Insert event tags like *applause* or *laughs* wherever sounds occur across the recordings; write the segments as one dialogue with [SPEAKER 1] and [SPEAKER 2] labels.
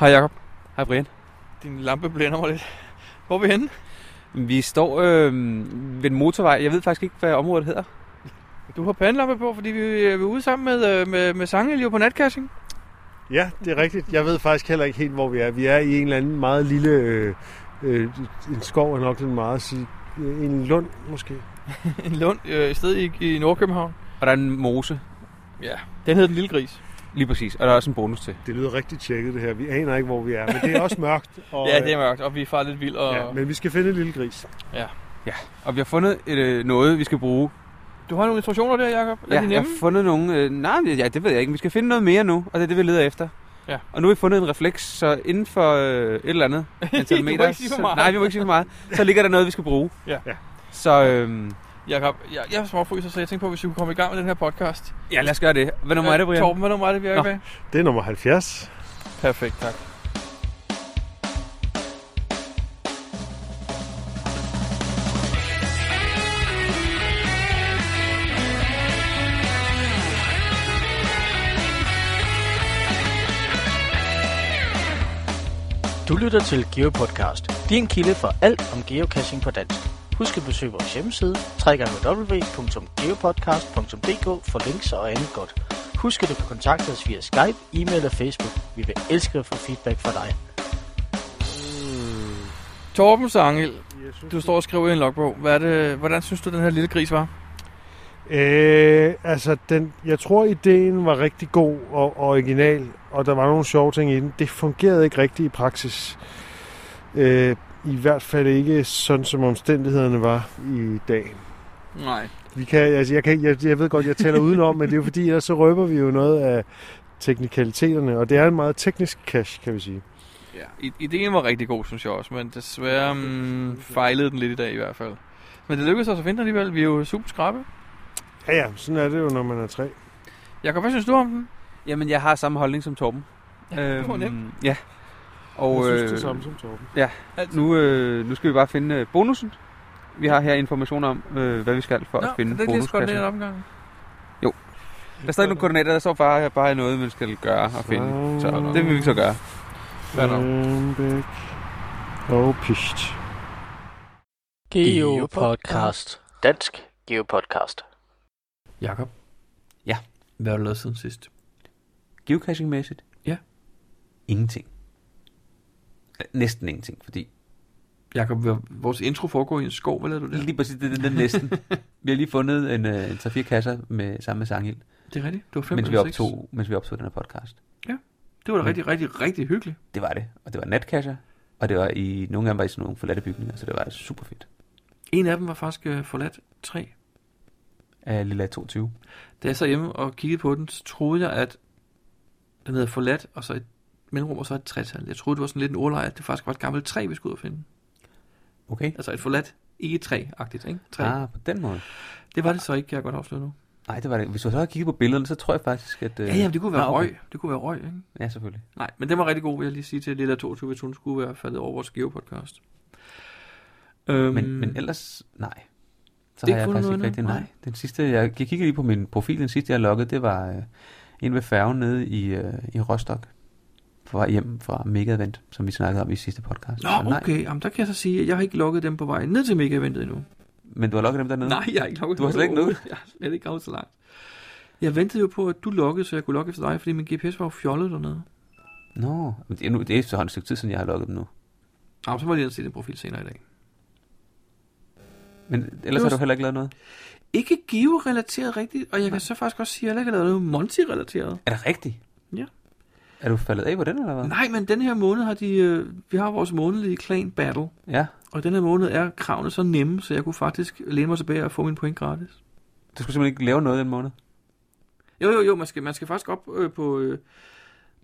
[SPEAKER 1] Hej Jakob. Hej Brian.
[SPEAKER 2] Din lampe blænder mig lidt. Hvor er vi henne?
[SPEAKER 1] Vi står øh, ved en motorvej. Jeg ved faktisk ikke, hvad området hedder.
[SPEAKER 2] Du har pandelampe på, fordi vi, vi er ude sammen med, øh, med, med Sangeliv på natcaching.
[SPEAKER 3] Ja, det er rigtigt. Jeg ved faktisk heller ikke helt, hvor vi er. Vi er i en eller anden meget lille... Øh, øh, en skov er nok lidt meget at sige. Øh, En lund, måske.
[SPEAKER 2] *laughs* en lund øh, et sted i, i Nordkøbenhavn.
[SPEAKER 1] Og der er en mose,
[SPEAKER 2] Ja. Den hedder Den Lille Gris.
[SPEAKER 1] lige præcis. Og der er også en bonus til.
[SPEAKER 3] Det lyder rigtig tjekket, det her. Vi aner ikke, hvor vi er, men det er også
[SPEAKER 2] *laughs*
[SPEAKER 3] mørkt. Og, øh,
[SPEAKER 2] ja, det er mørkt, og vi er far lidt vild. Og...
[SPEAKER 3] Ja, men vi skal finde en lille gris.
[SPEAKER 1] Og vi har fundet et, øh, noget, vi skal bruge.
[SPEAKER 2] Du har nogle instruktioner der, Jacob?
[SPEAKER 1] Ja,
[SPEAKER 2] Er de
[SPEAKER 1] jeg har
[SPEAKER 2] nemme?
[SPEAKER 1] fundet nogle... Øh, nej, ja, det ved jeg ikke. Vi skal finde noget mere nu, og det er det, vi leder efter.
[SPEAKER 2] Ja.
[SPEAKER 1] Og nu har vi fundet en refleks, så inden for øh, et eller
[SPEAKER 2] *laughs*
[SPEAKER 1] andet antal
[SPEAKER 2] Du må
[SPEAKER 1] meter...
[SPEAKER 2] ikke sige for
[SPEAKER 1] så,
[SPEAKER 2] meget.
[SPEAKER 1] nej, vi må ikke sige for meget. Så ligger der noget, vi skal bruge.
[SPEAKER 2] Ja.
[SPEAKER 3] Ja.
[SPEAKER 1] Så øh,
[SPEAKER 2] Jacob, jeg, jeg er småfryser, så jeg tænkte på, hvis vi kunne komme i gang med den her podcast.
[SPEAKER 1] ja, lad os gøre det. Hvad nummer er det, Brian?
[SPEAKER 2] Øh, Torben, hvad nummer er det, vi er
[SPEAKER 1] Nå.
[SPEAKER 2] i dag?
[SPEAKER 3] Det er nummer 70.
[SPEAKER 2] Perfekt, tak.
[SPEAKER 4] Du lytter til GeoPodcast, din kilde for alt om geocaching på dansk. Husk at besøge vores hjemmeside, www.geopodcast.dk for links og andet godt. Husk at du kan kontakte os via Skype, e-mail og Facebook. Vi vil elske at få feedback fra dig.
[SPEAKER 2] Torben Sangel,
[SPEAKER 3] Synes,
[SPEAKER 2] du står og skriver i en logbog. Hvad er det, hvordan synes du, den her lille gris var?
[SPEAKER 3] Øh, altså, den, jeg tror, ideen var rigtig god og original, og der var nogle sjove ting i den. Det fungerede ikke rigtigt i praksis. Øh, I hvert fald ikke sådan, som omstændighederne var i dag.
[SPEAKER 2] Nej.
[SPEAKER 3] Vi kan, altså, jeg, kan, jeg, jeg ved godt, jeg taler udenom, men det er jo fordi, ellers så røber vi jo noget af teknikaliteterne, og det er en meget teknisk cache, kan vi sige.
[SPEAKER 2] Ja. I- Ideen var rigtig god, synes jeg også, men desværre mm, fejlede den lidt i dag i hvert fald. Men det lykkedes os at finde den alligevel. Vi er jo super skrappe.
[SPEAKER 3] Ja, ja, sådan er det jo, når man er tre.
[SPEAKER 2] Jakob, hvad synes du om den?
[SPEAKER 1] Jamen, jeg har samme holdning som Torben. Øhm,
[SPEAKER 2] det var nemt.
[SPEAKER 1] Ja. Og øh,
[SPEAKER 3] som Torben.
[SPEAKER 1] nu, øh, nu skal vi bare finde øh, bonusen. Vi har her information om, øh, hvad vi skal for at finde
[SPEAKER 2] det er lige så godt
[SPEAKER 1] bonuskassen.
[SPEAKER 2] den opgang.
[SPEAKER 1] Der står ikke nogen koordinater, der står bare, bare noget, man skal gøre og finde. Så det vil vi så gøre.
[SPEAKER 2] Fair nok.
[SPEAKER 3] Rømbæk og Pist.
[SPEAKER 4] GeoPodcast. Dansk GeoPodcast.
[SPEAKER 2] Jakob?
[SPEAKER 1] Ja.
[SPEAKER 2] Hvad har du lavet siden sidst?
[SPEAKER 1] Geocaching-mæssigt?
[SPEAKER 2] Ja.
[SPEAKER 1] Ingenting. Øh, Næsten ingenting, fordi
[SPEAKER 2] Jakob, vores intro foregår i en skov, hvad lavede du der?
[SPEAKER 1] lige præcis det, det, det er
[SPEAKER 2] *laughs*
[SPEAKER 1] næsten. vi har lige fundet en, øh, en 3-4 kasser med, sammen med Sangild,
[SPEAKER 2] Det er rigtigt. Du var fem
[SPEAKER 1] mens vi,
[SPEAKER 2] eller seks.
[SPEAKER 1] optog, mens vi optog den her podcast.
[SPEAKER 2] Det var da rigtig, rigtig, rigtig hyggeligt.
[SPEAKER 1] Det var det. Og det var natkasser, og det var i, nogle af dem var i sådan nogle forladte bygninger, så det var super fedt.
[SPEAKER 2] En af dem var faktisk øh, forladt tre.
[SPEAKER 1] Af Lilla 22.
[SPEAKER 2] Da jeg så hjemme og kiggede på den, så troede jeg, at den havde forladt, og så et mellemrum, og så et tretal. Jeg troede, det var sådan lidt en ordleje, at det faktisk var et gammelt træ, vi skulle ud og finde.
[SPEAKER 1] Okay.
[SPEAKER 2] Altså et forladt egetræ-agtigt, ikke? Træ. Ah.
[SPEAKER 1] Ah, på den måde.
[SPEAKER 2] Det var det så ikke, kan jeg godt afsløre nu.
[SPEAKER 1] Nej, det var det. Hvis du så havde kigget på billederne, så tror jeg faktisk, at... Øh...
[SPEAKER 2] Ja, ja, men det kunne være
[SPEAKER 1] Nå, okay.
[SPEAKER 2] røg. Det kunne være røg, ikke?
[SPEAKER 1] Ja, selvfølgelig.
[SPEAKER 2] Nej, men den var rigtig god, vil jeg lige sige til Lilla 22, hvis hun skulle være faldet over vores geopodcast. Øhm,
[SPEAKER 1] Men, men ellers, nej. Så
[SPEAKER 2] Det
[SPEAKER 1] har jeg
[SPEAKER 2] kunne
[SPEAKER 1] faktisk
[SPEAKER 2] noget
[SPEAKER 1] ikke rigtig,
[SPEAKER 2] endnu,
[SPEAKER 1] nej. Den sidste, jeg, jeg kiggede lige på min profil, den sidste, jeg loggede, det var øh, en ved færgen nede i, øh, i Rostock. På vej hjem fra Mega Event, som vi snakkede om i sidste podcast. Så
[SPEAKER 2] Nå,
[SPEAKER 1] nej.
[SPEAKER 2] okay. Jamen, der kan jeg så sige, at jeg har ikke lukket dem på vej ned til mega-eventet endnu.
[SPEAKER 1] Men du har logget dem dernede?
[SPEAKER 2] Nej, jeg har ikke lukket
[SPEAKER 1] Du har slet ikke nået
[SPEAKER 2] *laughs* Jeg har slet ikke kommet så langt. Jeg ventede jo på, at du lukkede, så jeg kunne lukke efter dig, fordi min GPS var jo fjollet dernede.
[SPEAKER 1] Nå, men det er, nu, det er efterhånden et stykke tid, siden jeg har logget dem nu.
[SPEAKER 2] Jamen, så må jeg lige se din profil senere i dag.
[SPEAKER 1] Men ellers
[SPEAKER 2] Det var
[SPEAKER 1] har du
[SPEAKER 2] s-
[SPEAKER 1] heller ikke lavet noget?
[SPEAKER 2] Ikke Geo-relateret rigtigt, og jeg kan så faktisk også sige, at jeg heller ikke har lavet noget Monty-relateret.
[SPEAKER 1] Er det rigtigt?
[SPEAKER 2] Ja.
[SPEAKER 1] Er du faldet af på den, eller hvad?
[SPEAKER 2] Nej, men den her måned har de... Øh, vi har vores månedlige Clan Battle,
[SPEAKER 1] Ja,
[SPEAKER 2] og den her måned er kravene så nemme, så jeg kunne faktisk læne mig tilbage og få min point gratis.
[SPEAKER 1] du skulle simpelthen ikke lave noget den måned.
[SPEAKER 2] Jo, jo, jo, man skal, man skal faktisk op øh, på øh,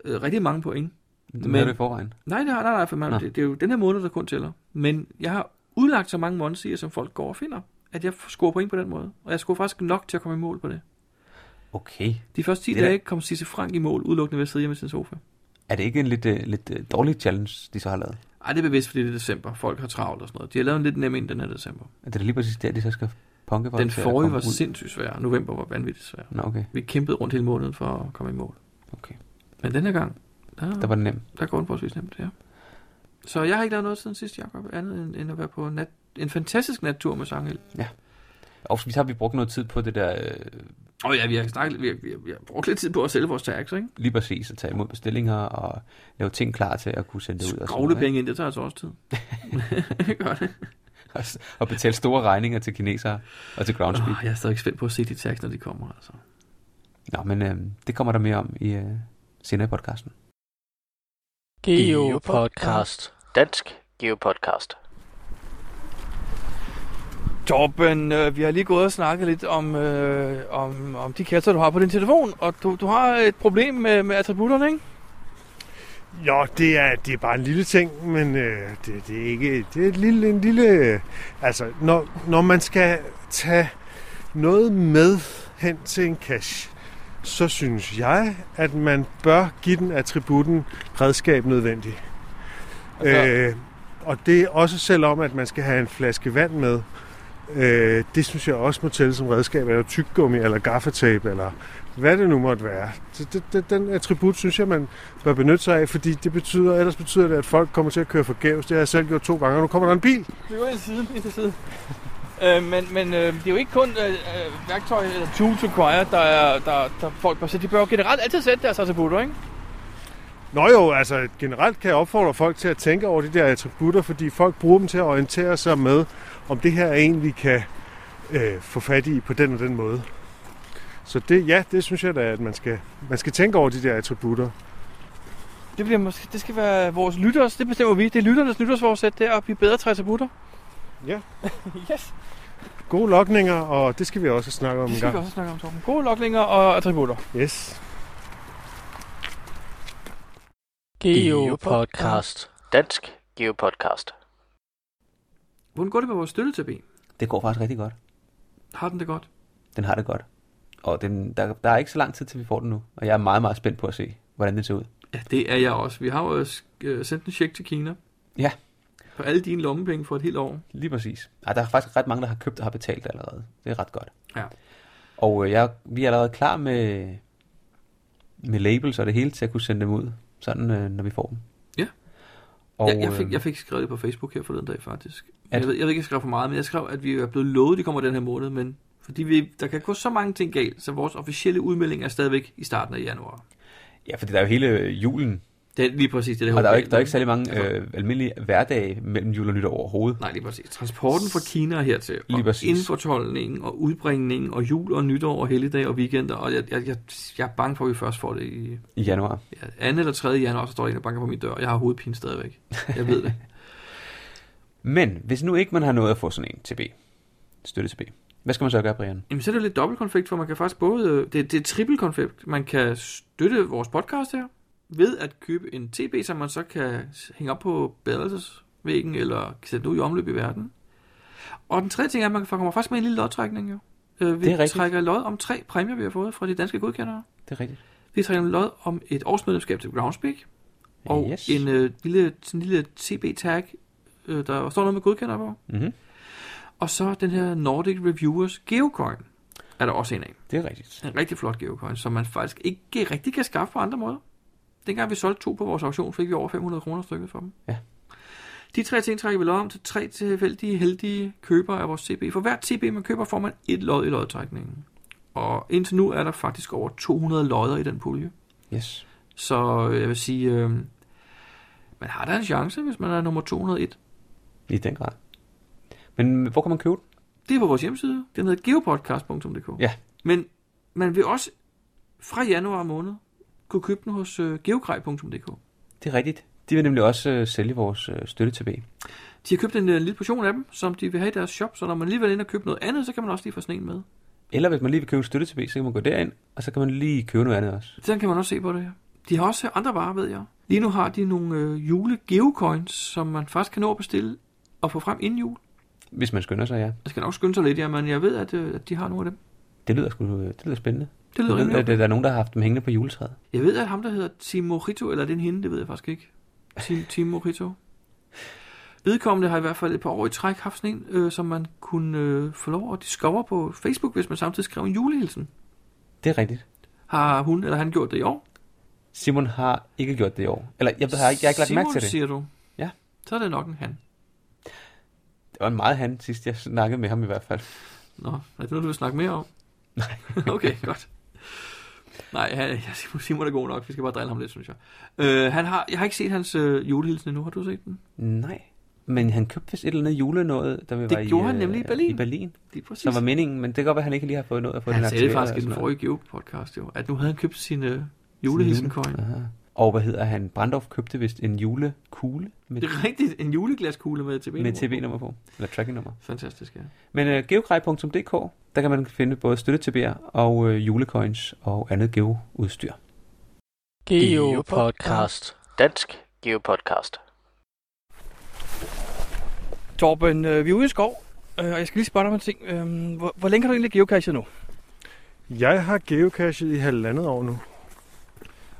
[SPEAKER 2] øh, rigtig mange point.
[SPEAKER 1] Det
[SPEAKER 2] Men-
[SPEAKER 1] men... i forvejen.
[SPEAKER 2] Nej, nej, nej, nej, for man,
[SPEAKER 1] Nå.
[SPEAKER 2] det, det er jo den her måned, der kun tæller. Men jeg har udlagt så mange monsier, som folk går og finder, at jeg scorer point på den måde. Og jeg scorer faktisk nok til at komme i mål på det.
[SPEAKER 1] Okay.
[SPEAKER 2] De første 10
[SPEAKER 1] Det er da-
[SPEAKER 2] dage kom Sisse Frank i mål, udelukkende ved at sidde hjemme i sin sofa.
[SPEAKER 1] Er det ikke en lidt, øh, lidt øh, dårlig challenge, de så har lavet?
[SPEAKER 2] Ej, det er bevidst, fordi det er december. Folk har travlt og sådan noget. De har lavet en lidt nem en den her december.
[SPEAKER 1] Er det lige præcis der, de så skal punke folk
[SPEAKER 2] Den
[SPEAKER 1] til at
[SPEAKER 2] forrige
[SPEAKER 1] komme
[SPEAKER 2] var
[SPEAKER 1] ud?
[SPEAKER 2] sindssygt svær. November var vanvittigt svær.
[SPEAKER 1] Nå, okay.
[SPEAKER 2] Vi kæmpede rundt hele måneden for at komme i mål.
[SPEAKER 1] Okay.
[SPEAKER 2] Men den her gang, Der,
[SPEAKER 1] Der var det nemt.
[SPEAKER 2] der går den forholdsvis nemt, ja. Så jeg har ikke lavet noget siden sidst, Jacob, andet end, end at være på nat, en fantastisk nattur med Sangel.
[SPEAKER 1] Og så har vi brugt noget tid på det der, øh,
[SPEAKER 2] Og ja, vi har, snakket, vi, har, vi, har, vi har brugt lidt tid på at sælge vores tags, ikke?
[SPEAKER 1] lige præcis at tage imod bestillinger og lave ting klar til at kunne sende det ud. og sådan noget,
[SPEAKER 2] Skrovle penge ind, det tager altså også
[SPEAKER 1] *laughs*
[SPEAKER 2] tid. det gør det.
[SPEAKER 1] ikke? Og, s- og betale store regninger til kinesere og til groundspeak.
[SPEAKER 2] Oh, jeg er stadig spændt på at se de tags, når de kommer, altså.
[SPEAKER 1] Nå, men øh, det kommer der mere om i øh, senere i podcasten.
[SPEAKER 4] Geopodcast. Dansk Geopodcast.
[SPEAKER 5] Torben, øh, vi har lige gået og snakket lidt om, øh, om, om de kasser, du har på din telefon, og du, du har et problem med, med attributterne, ikke?
[SPEAKER 3] Jo, det er, det er bare en lille ting, men øh, det, det er ikke... Det er et lille, en lille... øh, Altså, når, når man skal tage noget med hen til en cache, så synes jeg, at man bør give den attributten redskab nødvendig.
[SPEAKER 5] Altså-
[SPEAKER 3] Øh, og det er også selvom, at man skal have en flaske vand med. Øh, det synes jeg også må tælle som redskab, eller tyggegummi, eller gaffatape, eller hvad det nu måtte være. Så det, det, den attribut synes jeg, man bør benytte sig af, fordi det betyder, ellers betyder det, at folk kommer til at køre forgæves. Det har jeg selv gjort to gange, og nu kommer der en bil.
[SPEAKER 5] Det var en side, en til side. Øh, men men øh, det er jo ikke kun øh, øh, værktøj eller tools required, der, er, der, der folk bør sætte. De bør jo generelt altid sætte deres attributter, ikke?
[SPEAKER 3] Nå jo, altså generelt kan jeg opfordre folk til at tænke over de der attributter, fordi folk bruger dem til at orientere sig med, om det her er en, vi kan øh, få fat i på den og den måde. Så det, ja, det synes jeg da, at man skal, man skal tænke over de der attributter.
[SPEAKER 5] Det, bliver måske, det skal være vores lytters, det bestemmer vi. Det er lytternes nytårsforsæt, det er at blive bedre til attributter.
[SPEAKER 3] Ja.
[SPEAKER 5] yes,
[SPEAKER 3] Gode lokninger, og det skal vi også snakke om
[SPEAKER 5] det
[SPEAKER 3] en
[SPEAKER 5] skal vi
[SPEAKER 3] gang.
[SPEAKER 5] også snakke om, Torben. Gode lokninger og attributter.
[SPEAKER 3] Yes.
[SPEAKER 4] Geopodcast. Dansk Geopodcast.
[SPEAKER 2] Hvordan går det med vores støtte til ben?
[SPEAKER 1] Det går faktisk rigtig godt.
[SPEAKER 2] Har den det godt?
[SPEAKER 1] Den har det godt. Og den, der, der er ikke så lang tid, til vi får den nu. Og jeg er meget, meget spændt på at se, hvordan det ser ud.
[SPEAKER 2] Ja, det er jeg også. Vi har jo øh, sk- øh, sendt en check til Kina.
[SPEAKER 1] Ja.
[SPEAKER 2] På alle dine lommepenge for et helt år.
[SPEAKER 1] Lige præcis. Ej, der er faktisk ret mange, der har købt og har betalt allerede. Det er ret godt.
[SPEAKER 2] Ja.
[SPEAKER 1] Og øh, jeg, vi er allerede klar med, med labels og det hele til at kunne sende dem ud, sådan øh, når vi får dem.
[SPEAKER 2] Ja.
[SPEAKER 1] Og,
[SPEAKER 2] jeg, jeg, fik,
[SPEAKER 1] øh,
[SPEAKER 2] jeg fik skrevet det på Facebook her forleden dag, faktisk.
[SPEAKER 1] At-
[SPEAKER 2] Jeg ved, jeg ved ikke, jeg skrev for meget, men jeg skrev, at vi er blevet lovet, at de kommer den her måned, men fordi vi, der kan gå så mange ting galt, så vores officielle udmelding er stadigvæk i starten af januar.
[SPEAKER 1] Ja, fordi der er jo hele øh, julen,
[SPEAKER 2] Det er lige præcis det,
[SPEAKER 1] og der er jo ikke, der er jo ikke
[SPEAKER 2] håber
[SPEAKER 1] særlig mange øh, almindelige hverdage mellem jul og nytår overhovedet.
[SPEAKER 2] jeg- Nej, lige præcis. Transporten fra Kina hertil, og
[SPEAKER 1] Lige præcis.
[SPEAKER 2] indfortolkningen, og udbringningen, og jul og nytår, og helligdag og weekender, og jeg, jeg, jeg, jeg er bange for, at vi først får det i
[SPEAKER 1] I januar.
[SPEAKER 2] ja, 2. eller 3. januar, så står der en og banker på min dør, jeg har hovedpine stadigvæk. Jeg ved det.
[SPEAKER 1] Men hvis nu ikke man har nået at få sådan en TB, støtte TB, hvad skal man så gøre, Brian?
[SPEAKER 2] Jamen, så er det jo lidt dobbeltkonfekt, for man kan faktisk både... øh, Det, det er trippelkonfekt. Man kan støtte vores podcast her, ved at købe en TB, som man så kan s- hænge op på badelsesvæggen, eller sætte ud i omløb i verden. Og den tredje ting er, at man kommer faktisk med en lille lodtrækning, jo. Øh, Vi
[SPEAKER 1] Det er rigtigt.
[SPEAKER 2] trækker lod om tre præmier, vi har fået fra de danske godkendere.
[SPEAKER 1] Det er rigtigt.
[SPEAKER 2] Vi trækker lod om et årsmedlemskab til Groundspeak, og
[SPEAKER 1] yes.
[SPEAKER 2] en øh, lille, sådan en lille TB-tag, øh, der står noget med godkender på.
[SPEAKER 1] mm-hmm.
[SPEAKER 2] Og så den her Nordic Reviewers Geocoin, er der også en af.
[SPEAKER 1] Det er rigtigt.
[SPEAKER 2] En rigtig flot geocoin, som man faktisk ikke rigtig kan skaffe på andre måder. Dengang vi solgte to på vores auktion, fik vi over 500 kroner stykket for dem.
[SPEAKER 1] Ja.
[SPEAKER 2] De tre ting trækker vi lod om til tre tilfældige heldige købere af vores CB. For hver CB, man køber, får man et lod i lodtrækningen. Og indtil nu er der faktisk over 200 lodder i den pulje.
[SPEAKER 1] Yes.
[SPEAKER 2] Så øh, jeg vil sige, øh, man har da en chance, hvis man er nummer 201.
[SPEAKER 1] I den grad. Men øh, hvor kan man købe den?
[SPEAKER 2] Det er på vores hjemmeside. Den hedder geopodcast.dk.
[SPEAKER 1] Ja.
[SPEAKER 2] Men man vil også fra januar måned kunne købe den hos øh, geogrej.dk.
[SPEAKER 1] Det er rigtigt. De vil nemlig også øh, sælge vores øh, støtte TB.
[SPEAKER 2] De har købt en øh, lille portion af dem, som de vil have i deres shop, så når man lige vil ind og købe noget andet, så kan man også lige få sådan en med.
[SPEAKER 1] Eller hvis man lige vil købe støtte TB, så kan man gå derind, og så kan man lige købe noget andet også.
[SPEAKER 2] Sådan kan man også se på det her. De har også andre varer, ved jeg. Lige nu har de nogle øh, julegeocoins, som man faktisk kan nå at bestille og få frem inden jul.
[SPEAKER 1] Hvis man skynder sig, ja.
[SPEAKER 2] Jeg skal nok skynde sig lidt, ja, men jeg ved, at, øh, at de har nogle af dem.
[SPEAKER 1] Det lyder sgu, øh, det lyder spændende.
[SPEAKER 2] Det lyder
[SPEAKER 1] Jeg ved,
[SPEAKER 2] rimelig
[SPEAKER 1] at øh, der er nogen, der har haft dem hængende på juletræet.
[SPEAKER 2] Jeg ved, at ham, der hedder Tim Morito, eller er det en hende, det ved jeg faktisk ikke. Tim, Tim Morito. Vedkommende har i hvert fald et par år i træk haft sådan en, øh, som man kunne øh, få lov at discover på Facebook, hvis man samtidig skrev en julehilsen.
[SPEAKER 1] Det er rigtigt.
[SPEAKER 2] Har hun eller han gjort det i år?
[SPEAKER 1] Simon har ikke gjort det i år. Eller jeg, ved- har ikke, jeg har ikke lagt mærke
[SPEAKER 2] Simon,
[SPEAKER 1] til det.
[SPEAKER 2] siger du?
[SPEAKER 1] Ja.
[SPEAKER 2] Så er det nok en han.
[SPEAKER 1] Det var en meget han sidst, jeg snakkede med ham i hvert fald.
[SPEAKER 2] Nå, er det noget, du vil snakke mere om? Nej. *laughs* okay, godt. Nej, han, jeg, Simon, Simon er god nok. Vi skal bare drille ham lidt, synes jeg. Øh, han har, jeg har ikke set hans øh, julehilsen endnu. Har du set den?
[SPEAKER 1] Nej. Men han købte vist et eller andet julenåde, der vi
[SPEAKER 2] Det
[SPEAKER 1] var i,
[SPEAKER 2] gjorde han
[SPEAKER 1] øh,
[SPEAKER 2] nemlig i Berlin.
[SPEAKER 1] I Berlin.
[SPEAKER 2] Det er præcis.
[SPEAKER 1] Som var meningen, men det kan godt være, at han ikke lige har fået noget at få
[SPEAKER 2] han
[SPEAKER 1] den
[SPEAKER 2] sagde det
[SPEAKER 1] aktiveret
[SPEAKER 2] faktisk
[SPEAKER 1] og
[SPEAKER 2] i den
[SPEAKER 1] sådan
[SPEAKER 2] forrige Geo-podcast, jo, at nu havde han købt sin øh, julehilsen-coin.
[SPEAKER 1] noget. Aha. Og hvad hedder han? Brandorf købte vist en julekugle med,
[SPEAKER 2] Det er rigtigt, en juleglaskugle med TB.
[SPEAKER 1] med TB-nummer på. Eller tracking-nummer.
[SPEAKER 2] Fantastisk, ja.
[SPEAKER 1] Men øh, geogrej.dk, der kan man finde både støtte og øh, julecoins og andet geoudstyr.
[SPEAKER 4] Geopodcast. Dansk Geopodcast.
[SPEAKER 5] Torben, øh, vi er ude i skov, øh, og jeg skal lige spørge dig om en ting. Øh, hvor, hvor længe har du egentlig geocache nu?
[SPEAKER 3] Jeg har geocachet i halvandet år nu.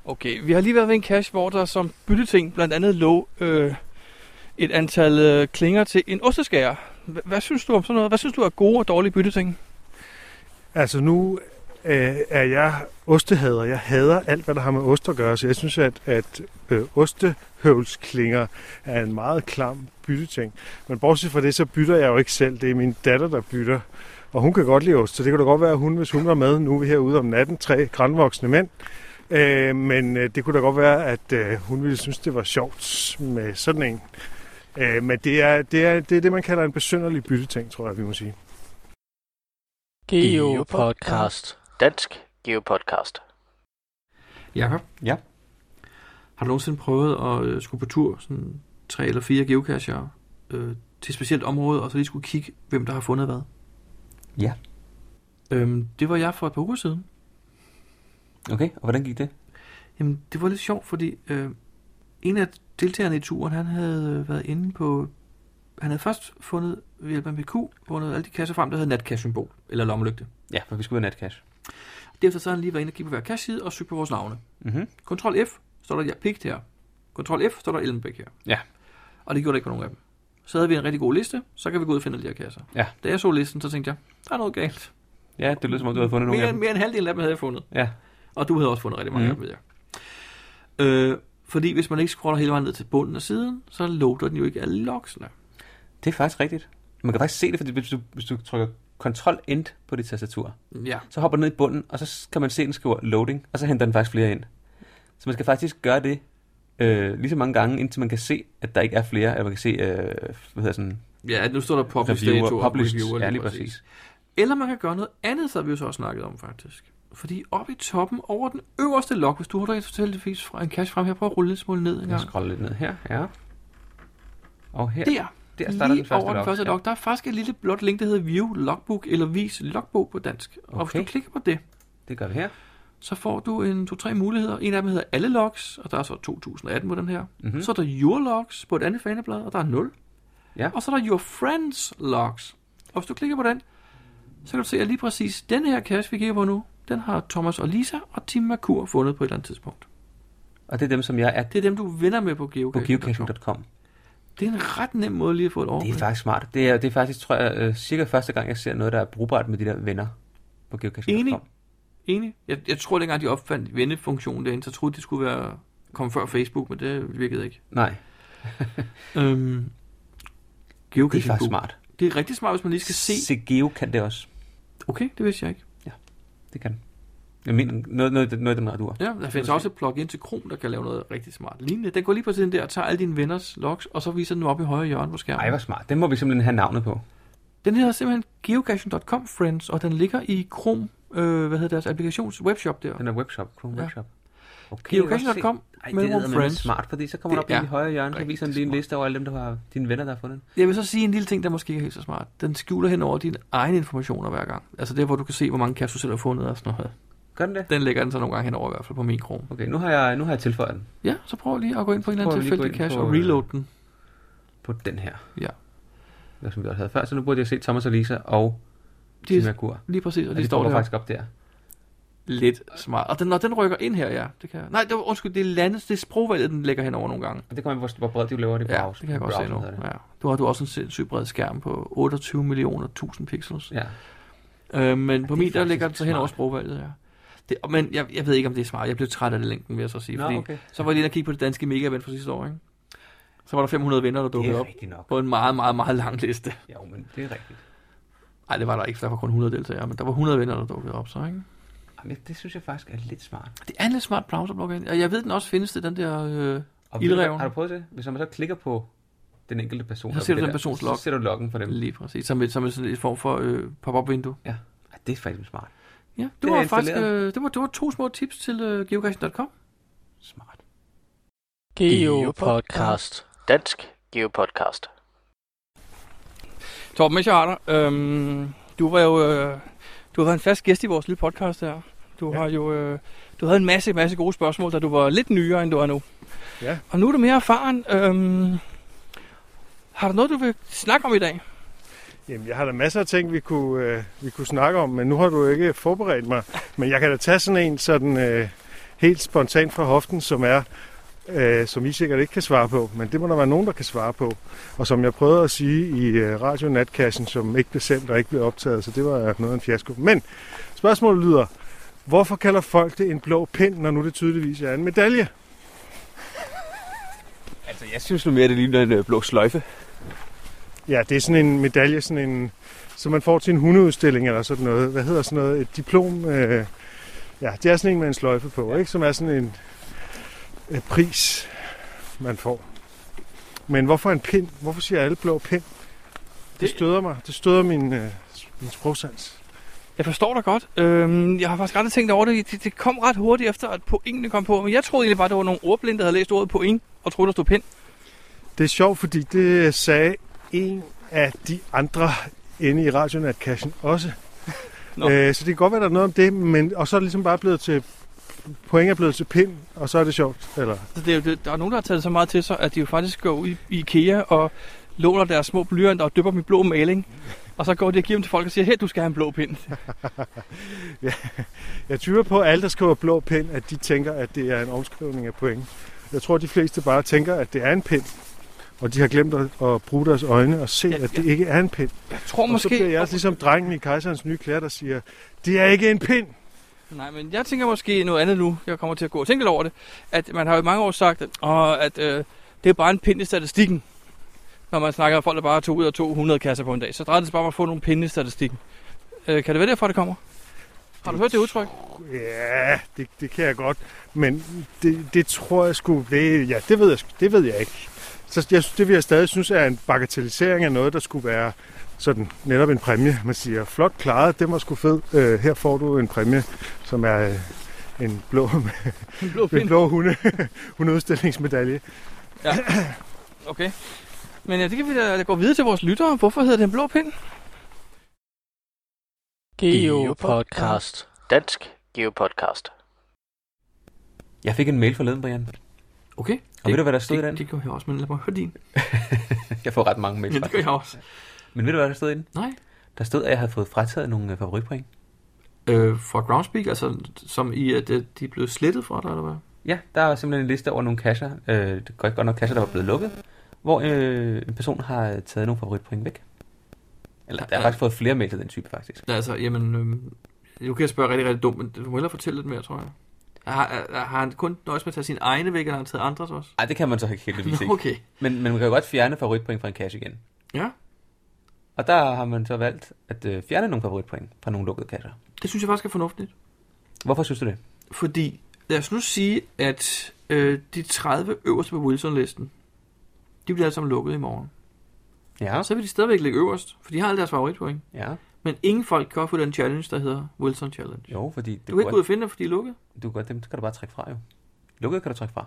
[SPEAKER 5] Okay, vi har lige været ved en cache, hvor der som bytteting blandt andet lå øh, et antal øh, klinger til en osteskærer. H- hvad synes du om sådan noget? Hvad synes du er gode og dårlige bytteting?
[SPEAKER 3] Altså nu øh, er jeg ostehader. Jeg hader alt, hvad der har med ost at gøre, så jeg synes, at, at øh, ostehøvlsklinger er en meget klam bytteting. Men bortset fra det, så bytter jeg jo ikke selv. Det er min datter, der bytter. Og hun kan godt lide ost, så det kunne da godt være, at hun, hvis hun var med, nu er vi herude om natten, tre grænvoksne mænd, øh, men øh, det kunne da godt være, at øh, hun ville synes, det var sjovt med sådan en. Øh, men det er, det er, det er det, man kalder en besynderlig bytteting, tror jeg, vi må sige.
[SPEAKER 4] Geopodcast. Dansk Geopodcast.
[SPEAKER 2] Jakob?
[SPEAKER 1] Ja?
[SPEAKER 2] Har du nogensinde prøvet at øh, skulle på tur, sådan tre eller fire geocacher, øh, til et specielt område, og så lige skulle kigge, hvem der har fundet hvad?
[SPEAKER 1] Ja.
[SPEAKER 2] Øhm, det var jeg for et par uger siden.
[SPEAKER 1] Okay, og hvordan gik det?
[SPEAKER 2] Jamen, det var lidt sjovt, fordi øh, en af deltagerne i turen, han havde øh, været inde på... Han havde først fundet ved hjælp af en PQ, fundet alle de kasser frem, der havde natkash-symbol, eller lommelygte.
[SPEAKER 1] Ja, for vi skulle ud natcash.
[SPEAKER 2] Derefter så har han lige været inde og kigge på hver kasse og søgt på vores navne.
[SPEAKER 1] Mm-hmm.
[SPEAKER 2] Kontrol F, står der ja, pigt her. Kontrol F, står der Ellenbæk her.
[SPEAKER 1] Ja.
[SPEAKER 2] Og det gjorde der ikke på nogen af dem. Så havde vi en rigtig god liste, så kan vi gå ud og finde alle de her kasser.
[SPEAKER 1] Ja.
[SPEAKER 2] Da jeg så listen, så tænkte jeg, der er noget galt.
[SPEAKER 1] Ja, det lød som om, du havde fundet nogle
[SPEAKER 2] Mere,
[SPEAKER 1] af dem.
[SPEAKER 2] mere end halvdelen af dem havde jeg fundet.
[SPEAKER 1] Ja.
[SPEAKER 2] Og du havde også fundet rigtig mange
[SPEAKER 1] Mhm.
[SPEAKER 2] mm. af dem, ved jeg. Øh, fordi hvis man ikke scroller hele vejen ned til bunden af siden, så loader den jo ikke alle logsene.
[SPEAKER 1] Det er faktisk rigtigt. Man kan faktisk se det, fordi hvis du, hvis du trykker Ctrl Ent på dit tastatur,
[SPEAKER 2] Ja.
[SPEAKER 1] så hopper den ned i bunden, og så kan man se, den skriver loading, og så henter den faktisk flere ind. Så man skal faktisk gøre det øh, lige så mange gange, indtil man kan se, at der ikke er flere, eller man kan se, øh, hvad hedder sådan,
[SPEAKER 2] Ja, nu står der published datoer,
[SPEAKER 1] reviewer,
[SPEAKER 2] og
[SPEAKER 1] published,
[SPEAKER 2] reviewer,
[SPEAKER 1] ja, lige præcis.
[SPEAKER 2] Eller man kan gøre noget andet, så har vi jo så også snakket om faktisk. Fordi oppe i toppen, over den øverste log, hvis du har dig tilfældigvis fra en cache frem her, prøv at rulle lidt smule ned en
[SPEAKER 1] Jeg
[SPEAKER 2] gang.
[SPEAKER 1] scroller lidt ned her, ja. Og her,
[SPEAKER 2] Der,
[SPEAKER 1] der starter
[SPEAKER 2] lige
[SPEAKER 1] den første
[SPEAKER 2] over den
[SPEAKER 1] log.
[SPEAKER 2] første
[SPEAKER 1] Ja.
[SPEAKER 2] log, der er faktisk et lille blåt link, der hedder View Logbook, eller Vis Logbog på dansk. Og hvis
[SPEAKER 1] Okay.
[SPEAKER 2] du klikker på det,
[SPEAKER 1] Det gør vi her.
[SPEAKER 2] så får du en to-tre muligheder. En af dem hedder Alle Logs, og der er så 2018 på den her.
[SPEAKER 1] Mhm.
[SPEAKER 2] Mm-hmm. Så er der Your Logs på et andet faneblad, og der er 0.
[SPEAKER 1] Ja.
[SPEAKER 2] Og så er der Your Friends Logs. Og hvis du klikker på den, så kan du se, at lige præcis den her kasse, vi kigger på nu, den har Thomas og Lisa og Tim Merkur fundet på et eller andet tidspunkt.
[SPEAKER 1] Og det er dem, som jeg er
[SPEAKER 2] Det er dem, du vinder med på
[SPEAKER 1] på
[SPEAKER 2] geocaching.com.
[SPEAKER 1] geocaching.com.
[SPEAKER 2] Det er en ret nem måde lige at få et
[SPEAKER 1] Det
[SPEAKER 2] overblik.
[SPEAKER 1] er faktisk smart. Det er, det er faktisk, tror jeg, øh, cirka første gang, jeg ser noget, der er brugbart med de der venner på geocaching.com.
[SPEAKER 2] Enig. Enig. Jeg, jeg tror, dengang de opfandt vendefunktionen derinde, så troede de skulle være komme før Facebook, men det virkede ikke.
[SPEAKER 1] Nej,
[SPEAKER 2] Øhm,
[SPEAKER 1] det er faktisk
[SPEAKER 2] geocaching
[SPEAKER 1] smart.
[SPEAKER 2] Det er rigtig smart, hvis man lige skal se...
[SPEAKER 1] Segeo kan det også.
[SPEAKER 2] Okay, det vidste jeg ikke.
[SPEAKER 1] Det kan den. Jeg mener, noget, noget, noget af den natur.
[SPEAKER 2] Ja, der findes også et plugin til Chrome, der kan lave noget rigtig smart lignende. Den går lige på siden der og tager alle dine venners logs, og så viser den nu op i højre hjørne på skærmen.
[SPEAKER 1] Ej, hvor smart. Den må vi simpelthen have navnet på.
[SPEAKER 2] Den hedder simpelthen geocaching.com friends, og den ligger i Chrome, øh, hvad hedder deres applikations webshop der.
[SPEAKER 1] Den er webshop. Chrome
[SPEAKER 2] Ja.
[SPEAKER 1] webshop. Okay,
[SPEAKER 2] Geocaching.com
[SPEAKER 1] Ej,
[SPEAKER 2] med
[SPEAKER 1] det er eddermame
[SPEAKER 2] friends.
[SPEAKER 1] smart, fordi så kommer den
[SPEAKER 2] Det
[SPEAKER 1] op i
[SPEAKER 2] er
[SPEAKER 1] det højre hjørne, så
[SPEAKER 2] rigtig
[SPEAKER 1] viser den lige en
[SPEAKER 2] smart.
[SPEAKER 1] liste over alle dem, der har dine venner, der har fundet den.
[SPEAKER 2] Jeg vil så sige en lille ting, der måske ikke er helt så smart. Den skjuler hen over dine egne informationer hver gang. Altså der, hvor du kan se, hvor mange kasser du selv har fundet og sådan noget.
[SPEAKER 1] Gør den det?
[SPEAKER 2] Den lægger den så nogle gange hen over, i hvert fald på min Chrome.
[SPEAKER 1] Okay, nu har jeg, nu har jeg tilføjet den
[SPEAKER 2] Ja, så prøv lige at gå ind på en eller
[SPEAKER 1] Prøver vi
[SPEAKER 2] anden
[SPEAKER 1] lige at gå
[SPEAKER 2] tilfældig
[SPEAKER 1] ind
[SPEAKER 2] cache
[SPEAKER 1] på,
[SPEAKER 2] og reload den.
[SPEAKER 1] på den her.
[SPEAKER 2] Ja.
[SPEAKER 1] Det som vi også havde før, så nu burde jeg se Thomas og Lisa og
[SPEAKER 2] De,
[SPEAKER 1] Tim Merkur.
[SPEAKER 2] lige præcis, og
[SPEAKER 1] Og
[SPEAKER 2] de,
[SPEAKER 1] de
[SPEAKER 2] står
[SPEAKER 1] står
[SPEAKER 2] der.
[SPEAKER 1] faktisk op der.
[SPEAKER 2] lidt smart. Og den, når den rykker ind her, ja, det kan jeg. Nej, det var, undskyld, det er landet, det er sprogvalget, den lægger hen over nogle gange.
[SPEAKER 1] Og det kommer an på, hvor- hvor bredt de laver det på
[SPEAKER 2] Ja, det
[SPEAKER 1] browser-
[SPEAKER 2] kan jeg godt se
[SPEAKER 1] browseren,
[SPEAKER 2] nu.
[SPEAKER 1] hedder det.
[SPEAKER 2] Ja. Du har du har også en sindssygt bred skærm på 28 millioner 1000 pixels.
[SPEAKER 1] Ja.
[SPEAKER 2] Øh, men på
[SPEAKER 1] er
[SPEAKER 2] min, der
[SPEAKER 1] faktisk
[SPEAKER 2] ligger den så hen over
[SPEAKER 1] smart.
[SPEAKER 2] sprogvalget, ja. Det, og- men jeg, jeg ved ikke, om det er smart. Jeg blev træt af det længden, vil jeg så sige. fordi
[SPEAKER 1] okay.
[SPEAKER 2] Så var jeg lige inde og kigge på det danske mega-event fra sidste år, ikke? Så var der 500 vinder, der
[SPEAKER 1] Det
[SPEAKER 2] dukkede
[SPEAKER 1] er
[SPEAKER 2] op
[SPEAKER 1] rigtigt nok.
[SPEAKER 2] på en meget, meget, meget lang liste.
[SPEAKER 1] Jo, men det er rigtigt.
[SPEAKER 2] Nej, det var der ikke, for der var kun 100 deltagere, men der var 100 vinder, der dukkede op, så ikke?
[SPEAKER 1] Jamen, det synes jeg faktisk er lidt smart.
[SPEAKER 2] Det er en lidt smart browserblogger, og jeg ved, den også findes det, den der... Øh,
[SPEAKER 1] Og
[SPEAKER 2] Ildræven.
[SPEAKER 1] ved du- Har du prøvet det? Hvis man så klikker på den enkelte person.
[SPEAKER 2] Så
[SPEAKER 1] der
[SPEAKER 2] ser du
[SPEAKER 1] på det
[SPEAKER 2] den
[SPEAKER 1] der,
[SPEAKER 2] persons log.
[SPEAKER 1] Så ser du loggen for dem.
[SPEAKER 2] lige præcis, som et, som et, sådan et form for øh, pop-up-vindue.
[SPEAKER 1] Ej, det er faktisk smart.
[SPEAKER 2] Ja,
[SPEAKER 1] Den
[SPEAKER 2] det
[SPEAKER 1] er
[SPEAKER 2] var faktisk
[SPEAKER 1] installeret.
[SPEAKER 2] øh, det var, det var to små tips til øh, geocaching.com.
[SPEAKER 1] Smart.
[SPEAKER 4] Geopodcast. Dansk Geopodcast.
[SPEAKER 5] Torben, mens jeg har dig, øhm, du var jo øh, du har været en fast gæst i vores lille podcast her. Du
[SPEAKER 3] Ja.
[SPEAKER 5] har jo øh, du havde en masse, masse gode spørgsmål, da du var lidt nyere, end du er nu.
[SPEAKER 3] Ja.
[SPEAKER 5] Og nu er du mere erfaren. Øhm, har du noget, du vil snakke om i dag?
[SPEAKER 3] Jamen, jeg har da masser af ting, vi kunne, øh, vi kunne snakke om, men nu har du ikke forberedt mig. Men jeg kan da tage sådan en sådan øh, helt spontant fra hoften, som er, øh, som I sikkert ikke kan svare på, men det må der være nogen, der kan svare på. Og som jeg prøvede at sige i øh, radionatkassen, som ikke blev sendt og ikke blev optaget, så det var noget af en fiasko. Men spørgsmålet lyder, hvorfor kalder folk det en blå pind, når nu det tydeligvis er en medalje?
[SPEAKER 1] Altså, jeg synes nu mere, det ligner en øh, blå sløjfe.
[SPEAKER 3] Ja, det er sådan en medalje, sådan en, som man får til en hundeudstilling eller sådan noget. Hvad hedder sådan noget? Et diplom. Øh, ja, det er sådan en med en sløjfe på, ja. ikke? Som er sådan en øh, pris, man får. Men hvorfor en pind? Hvorfor siger alle blå pind? Det, det
[SPEAKER 5] Det-
[SPEAKER 3] støder mig. Det støder min, øh, min sprogsans.
[SPEAKER 5] Jeg forstår dig godt. Øhm, jeg har faktisk aldrig tænkt over det. det. Det kom ret hurtigt efter, at pointene kom på. Men jeg troede egentlig bare, det var nogle ordblinde, der havde læst ordet point og troede, der stod pind.
[SPEAKER 3] Det er sjovt, fordi det sagde en af de andre inde i radionatkassen også.
[SPEAKER 5] Nå.
[SPEAKER 3] Øh, så det kan godt være, der er noget om det, men, og så er det ligesom bare blevet til, point er blevet til pind, og så er det sjovt. Eller,
[SPEAKER 5] Så det, er jo det, der er nogen, der har taget det så meget til sig, at de jo faktisk går ud i IKEA og låner deres små blyanter og dypper dem i blå maling. Og så går de og giver dem til folk og siger, her, du skal have en blå pind.
[SPEAKER 3] Jeg tyder på, at alle, der skriver blå pind, at de tænker, at det er en omskrivning af point. Jeg tror, at de fleste bare tænker, at det er en pind. Og de har glemt at, at bruge deres øjne og se,
[SPEAKER 5] Ja,
[SPEAKER 3] at det ikke er en pind.
[SPEAKER 5] Jeg tror
[SPEAKER 3] Og
[SPEAKER 5] måske...
[SPEAKER 3] så bliver jeg også ligesom drengen i kejserens nye klæder, der siger, det er ikke en pind.
[SPEAKER 5] Nej, men jeg tænker måske noget andet nu. Jeg kommer til at gå og tænke lidt over det. At man har jo i mange år sagt, at, åh, at øh, det er bare en pind i statistikken. Når man snakker om folk, der bare tog ud af 200 kasser på en dag, så drejer det sig bare om at få nogle pinde i statistikken. Øh, kan det være derfra, det kommer? Har du hørt det udtryk?
[SPEAKER 3] Ja, det, det kan jeg godt. Men det, det tror jeg sgu... Det, ja, det ved jeg, sgu- det ved jeg ikke. Så jeg, det vil jeg stadig synes er en bagatellisering af noget, der skulle være sådan netop en præmie. Man siger, flot klaret, det var sgu fed. Øh, her får du en præmie, som er øh, en blå, *laughs*
[SPEAKER 5] En blå
[SPEAKER 3] en
[SPEAKER 5] pind.
[SPEAKER 3] blå hunde, *laughs* hundeudstillingsmedalje.
[SPEAKER 5] Okay. Men ja, det kan vi da gå videre til vores lyttere. Hvorfor hedder det en blå pind?
[SPEAKER 4] Geopodcast. Dansk Geopodcast.
[SPEAKER 1] Jeg fik en mail forleden, Brian.
[SPEAKER 2] Okay.
[SPEAKER 1] Og ved du, hvad der stod i den?
[SPEAKER 2] Det, det gør jeg også, men lad mig høre din.
[SPEAKER 1] Jeg får ret mange mails.
[SPEAKER 2] Ja, det gør
[SPEAKER 1] faktisk.
[SPEAKER 2] jeg også.
[SPEAKER 1] Men ved du, hvad der stod i den?
[SPEAKER 2] Nej.
[SPEAKER 1] Der stod, at jeg havde fået frataget nogle øh, favoritpoint.
[SPEAKER 2] Øh, fra Groundspeak, altså som i, at øh, de er blevet slettet fra dig, eller hvad?
[SPEAKER 1] Ja, der er simpelthen en liste over nogle kasser. Øh, det er godt godt nok kasser, der var blevet lukket. Hvor øh, en person har øh, taget nogle favoritpoint væk. Eller, der har
[SPEAKER 2] Ja.
[SPEAKER 1] faktisk fået flere mails af den type, faktisk.
[SPEAKER 2] Ja, altså, jamen, øh, nu kan jeg spørge rigtig, rigtig dumt, men du må hellere fortælle lidt mere, tror jeg. Har, har, har han kun nøjes med at tage sine egne væk, eller har han taget andres også?
[SPEAKER 1] Ej, det kan man så ikke heldigvis
[SPEAKER 2] Nå,
[SPEAKER 1] ikke.
[SPEAKER 2] okay.
[SPEAKER 1] Men, men man kan jo godt fjerne favoritpoint fra en kasse igen.
[SPEAKER 2] Ja,
[SPEAKER 1] Og der har man så valgt at øh, fjerne nogle favoritpoint fra nogle lukkede kasser.
[SPEAKER 2] det synes jeg faktisk er fornuftigt.
[SPEAKER 1] Hvorfor synes du det?
[SPEAKER 2] Fordi, lad os nu sige, at øh, de 30 øverste på Wilson-listen, de bliver alle sammen lukket i morgen.
[SPEAKER 1] Ja,
[SPEAKER 2] Og så vil de stadigvæk ligge øverst, for de har alle deres favoritpoint.
[SPEAKER 1] ja.
[SPEAKER 2] Men ingen folk kan få den challenge, der hedder Wilson Challenge.
[SPEAKER 1] Jo, fordi det
[SPEAKER 2] Du kan ikke gå ud
[SPEAKER 1] godt,
[SPEAKER 2] og finde dem, for de er lukket.
[SPEAKER 1] du kan godt, dem kan du bare trække fra jo. Lukkede kan du trække fra.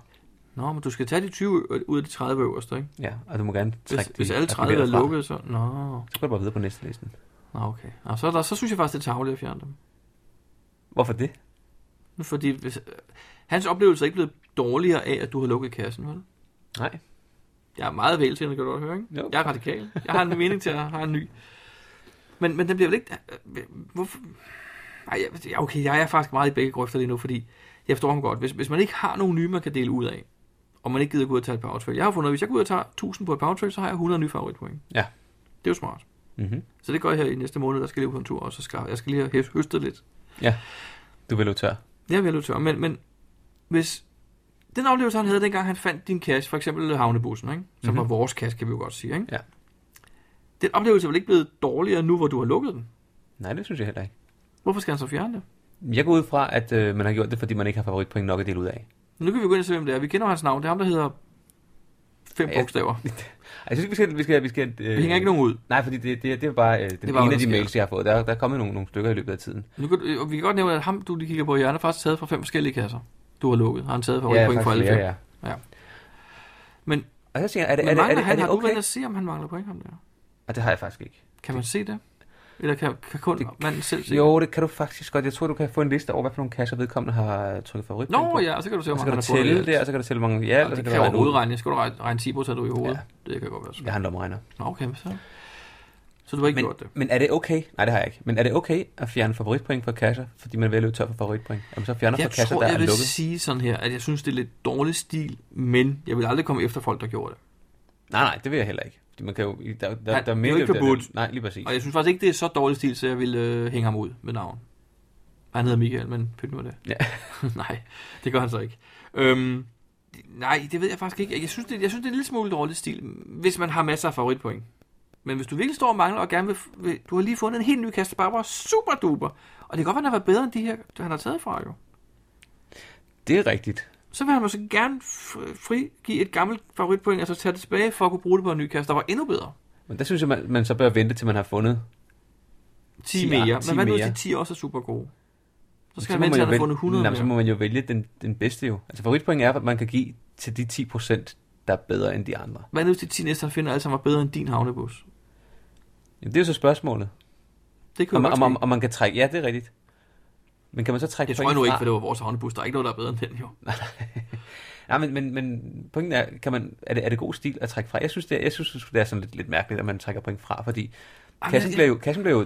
[SPEAKER 2] Nå, men du skal tage de 20 ø- ud af de 30 øverste, ikke?
[SPEAKER 1] Ja, og du må gerne trække
[SPEAKER 2] Hvis,
[SPEAKER 1] de
[SPEAKER 2] hvis alle 30
[SPEAKER 1] arkiverede
[SPEAKER 2] er
[SPEAKER 1] fra.
[SPEAKER 2] lukket, så... Nå,
[SPEAKER 1] Så går du bare videre på næste listen.
[SPEAKER 2] Nå okay. Nå, så, er der, så synes jeg faktisk, det er tageligt at fjerne dem.
[SPEAKER 1] Hvorfor det?
[SPEAKER 2] Nu, Fordi hvis, øh, hans oplevelse er ikke blevet dårligere af, at du har lukket kassen, vel?
[SPEAKER 1] Nej.
[SPEAKER 2] Jeg er meget veltændig, kan du godt høre, ikke?
[SPEAKER 1] Jo.
[SPEAKER 2] Jeg er radikal. Jeg har en mening til at have en ny. Men, men den bliver vel ikke... øh, Hvorfor? Nej, jeg, okay, jeg er faktisk meget i begge grøfter lige nu, fordi jeg forstår ham godt. Hvis, hvis man ikke har nogen nye, man kan dele ud af, og man ikke gider gå ud og tage et power trail. Jeg har fundet, at hvis jeg går ud og tager 1000 på et power trail, så har jeg 100 nye favoritpoint.
[SPEAKER 1] Ja.
[SPEAKER 2] Det er jo smart.
[SPEAKER 1] Mm-hmm.
[SPEAKER 2] Så det gør jeg her i næste måned, der skal jeg leve på en tur, og så skal jeg skal lige have høstet lidt.
[SPEAKER 1] Du vil jo tør.
[SPEAKER 2] Jeg vil jo tør, men, men hvis den oplevelse, han havde dengang, han fandt din kasse, for eksempel havnebussen, ikke? som
[SPEAKER 1] Mhm.
[SPEAKER 2] mm-hmm. var vores kasse, kan vi jo godt sige. Ikke?
[SPEAKER 1] Ja.
[SPEAKER 2] Den oplevelse er vel ikke blevet dårligere nu, hvor du har lukket den?
[SPEAKER 1] Nej, det synes jeg heller ikke.
[SPEAKER 2] Hvorfor skal han så fjerne det?
[SPEAKER 1] Jeg går ud fra, at øh, man har gjort det, fordi man ikke har favoritpoint nok at dele ud af.
[SPEAKER 2] Nu kan vi gå ind og se, hvem det er. Vi kender hans navn. Det er ham, der hedder fem
[SPEAKER 1] Ja,
[SPEAKER 2] ja,
[SPEAKER 1] jeg-
[SPEAKER 2] bogstaver.
[SPEAKER 1] Ej, Altså, Jeg synes ikke, vi skal... Vi, skal, vi, skal, øh,
[SPEAKER 2] Vi hænger ikke nogen ud.
[SPEAKER 1] Nej, fordi det, det, det er bare øh, den
[SPEAKER 2] var,
[SPEAKER 1] det
[SPEAKER 2] hvad
[SPEAKER 1] var, ene
[SPEAKER 2] der
[SPEAKER 1] af de
[SPEAKER 2] sker.
[SPEAKER 1] mails, jeg har fået. Der, der er kommet nogle, nogle stykker i løbet af tiden.
[SPEAKER 2] Nu kan, du- og vi kan godt nævne, at ham, du lige kigger på i hjørnet, er faktisk taget fra fem forskellige kasser. Du har lukket. Har han taget fra point for alle fem?
[SPEAKER 1] ja.
[SPEAKER 2] Men-
[SPEAKER 1] og så siger jeg, er det,
[SPEAKER 2] Men
[SPEAKER 1] er det, er
[SPEAKER 2] mangler
[SPEAKER 1] det, er
[SPEAKER 2] han,
[SPEAKER 1] det
[SPEAKER 2] har du
[SPEAKER 1] okay?
[SPEAKER 2] været at se, om han mangler point ham der?
[SPEAKER 1] Og det har jeg faktisk ikke.
[SPEAKER 2] Kan man se det? Eller kan, kan kun
[SPEAKER 1] Det-
[SPEAKER 2] manden selv se det?
[SPEAKER 1] Jo, det kan du faktisk godt. Jeg tror, du kan få en liste over, hvad for nogle kasser vedkommende har øh, trykket favorit.
[SPEAKER 2] Nå ja, og så kan du se,
[SPEAKER 1] Og
[SPEAKER 2] om
[SPEAKER 1] så
[SPEAKER 2] han
[SPEAKER 1] kan
[SPEAKER 2] har
[SPEAKER 1] du
[SPEAKER 2] fået
[SPEAKER 1] tælle
[SPEAKER 2] det.
[SPEAKER 1] der, og så kan du tælle hvor mange... Ja,
[SPEAKER 2] Ja,
[SPEAKER 1] eller så
[SPEAKER 2] det
[SPEAKER 1] kan du
[SPEAKER 2] kræver
[SPEAKER 1] regne ud.
[SPEAKER 2] hovedregning. Skal du regne, regne 10 procent ud i hovedet? Ja. Det kan godt være
[SPEAKER 1] Jeg
[SPEAKER 2] svært.
[SPEAKER 1] har en lommeregner.
[SPEAKER 2] Nå, okay, hvad så. Så du har ikke
[SPEAKER 1] Men,
[SPEAKER 2] gjort det.
[SPEAKER 1] men er det okay? Nej, det har jeg ikke. Men er det okay at fjerne favoritpoint fra kasser, fordi man vil løbe tør for favoritpoint? Jamen så fjerner
[SPEAKER 2] Jeg
[SPEAKER 1] fra kasser,
[SPEAKER 2] tror,
[SPEAKER 1] der
[SPEAKER 2] jeg
[SPEAKER 1] er
[SPEAKER 2] vil
[SPEAKER 1] lukket.
[SPEAKER 2] sige sådan her, at jeg synes, det er lidt dårlig stil, men jeg vil aldrig komme efter folk, der gjorde det.
[SPEAKER 1] Nej, nej, det vil jeg heller ikke. Fordi man kan jo... Der, der,
[SPEAKER 2] Nej,
[SPEAKER 1] der, der
[SPEAKER 2] det er
[SPEAKER 1] er
[SPEAKER 2] jo
[SPEAKER 1] mere
[SPEAKER 2] ikke forbudt.
[SPEAKER 1] Nej, lige præcis.
[SPEAKER 2] Og jeg synes faktisk ikke, det er så dårlig stil, så jeg vil øh, hænge ham ud med navn. Han hedder Michael, men pyt nu med det.
[SPEAKER 1] Ja.
[SPEAKER 2] *laughs* nej, det gør han så ikke. Øhm, nej, det ved jeg faktisk ikke. Jeg synes, det, jeg synes, det er en lille smule dårlig stil, hvis man har masser af favoritpoint. Men hvis du virkelig står og mangler, og gerne vil, vil du har lige fundet en helt ny kasse, bare var super duper. Og det kan godt være, den har været bedre end de her, han har taget fra jo.
[SPEAKER 1] Det er rigtigt.
[SPEAKER 2] Så vil han måske gerne f- frigive et gammelt favoritpoint, og så tage det tilbage for at kunne bruge det på en ny kasse, der var endnu bedre.
[SPEAKER 1] Men der synes jeg, man, man så bør vente, til man har fundet.
[SPEAKER 2] 10,
[SPEAKER 1] 10
[SPEAKER 2] mere.
[SPEAKER 1] mere.
[SPEAKER 2] Men hvad nu, hvis
[SPEAKER 1] mere?
[SPEAKER 2] de 10 også er super gode? Så skal
[SPEAKER 1] må
[SPEAKER 2] han vente,
[SPEAKER 1] man
[SPEAKER 2] til
[SPEAKER 1] jo
[SPEAKER 2] han har
[SPEAKER 1] vælge-
[SPEAKER 2] fundet 100
[SPEAKER 1] Nå, men så
[SPEAKER 2] mere.
[SPEAKER 1] må man jo vælge den, den bedste jo. Altså favoritpoint er, at man kan give til de 10 der er bedre end de andre.
[SPEAKER 2] Hvad nu, hvis de 10 næste, han finder alle sammen var bedre end din havnebus?
[SPEAKER 1] Jamen, det er jo så spørgsmålet.
[SPEAKER 2] Det kunne
[SPEAKER 1] Om,
[SPEAKER 2] jo godt
[SPEAKER 1] om,
[SPEAKER 2] ske.
[SPEAKER 1] om, om man kan trække... Ja, det er rigtigt. Men kan man så trække
[SPEAKER 2] Jeg tror
[SPEAKER 1] point
[SPEAKER 2] nu ikke,
[SPEAKER 1] fra?
[SPEAKER 2] for det var vores havnebus. Der er ikke noget, der er bedre end den, jo.
[SPEAKER 1] *laughs* Nej, men, men, men pointen er, kan man, er, det, er det god stil at trække fra? Jeg synes, det er, jeg synes, det er sådan lidt, lidt mærkeligt, at man trækker point fra, fordi
[SPEAKER 2] Ej,
[SPEAKER 1] kassen
[SPEAKER 2] men-
[SPEAKER 1] bliver jo, kassen bliver jo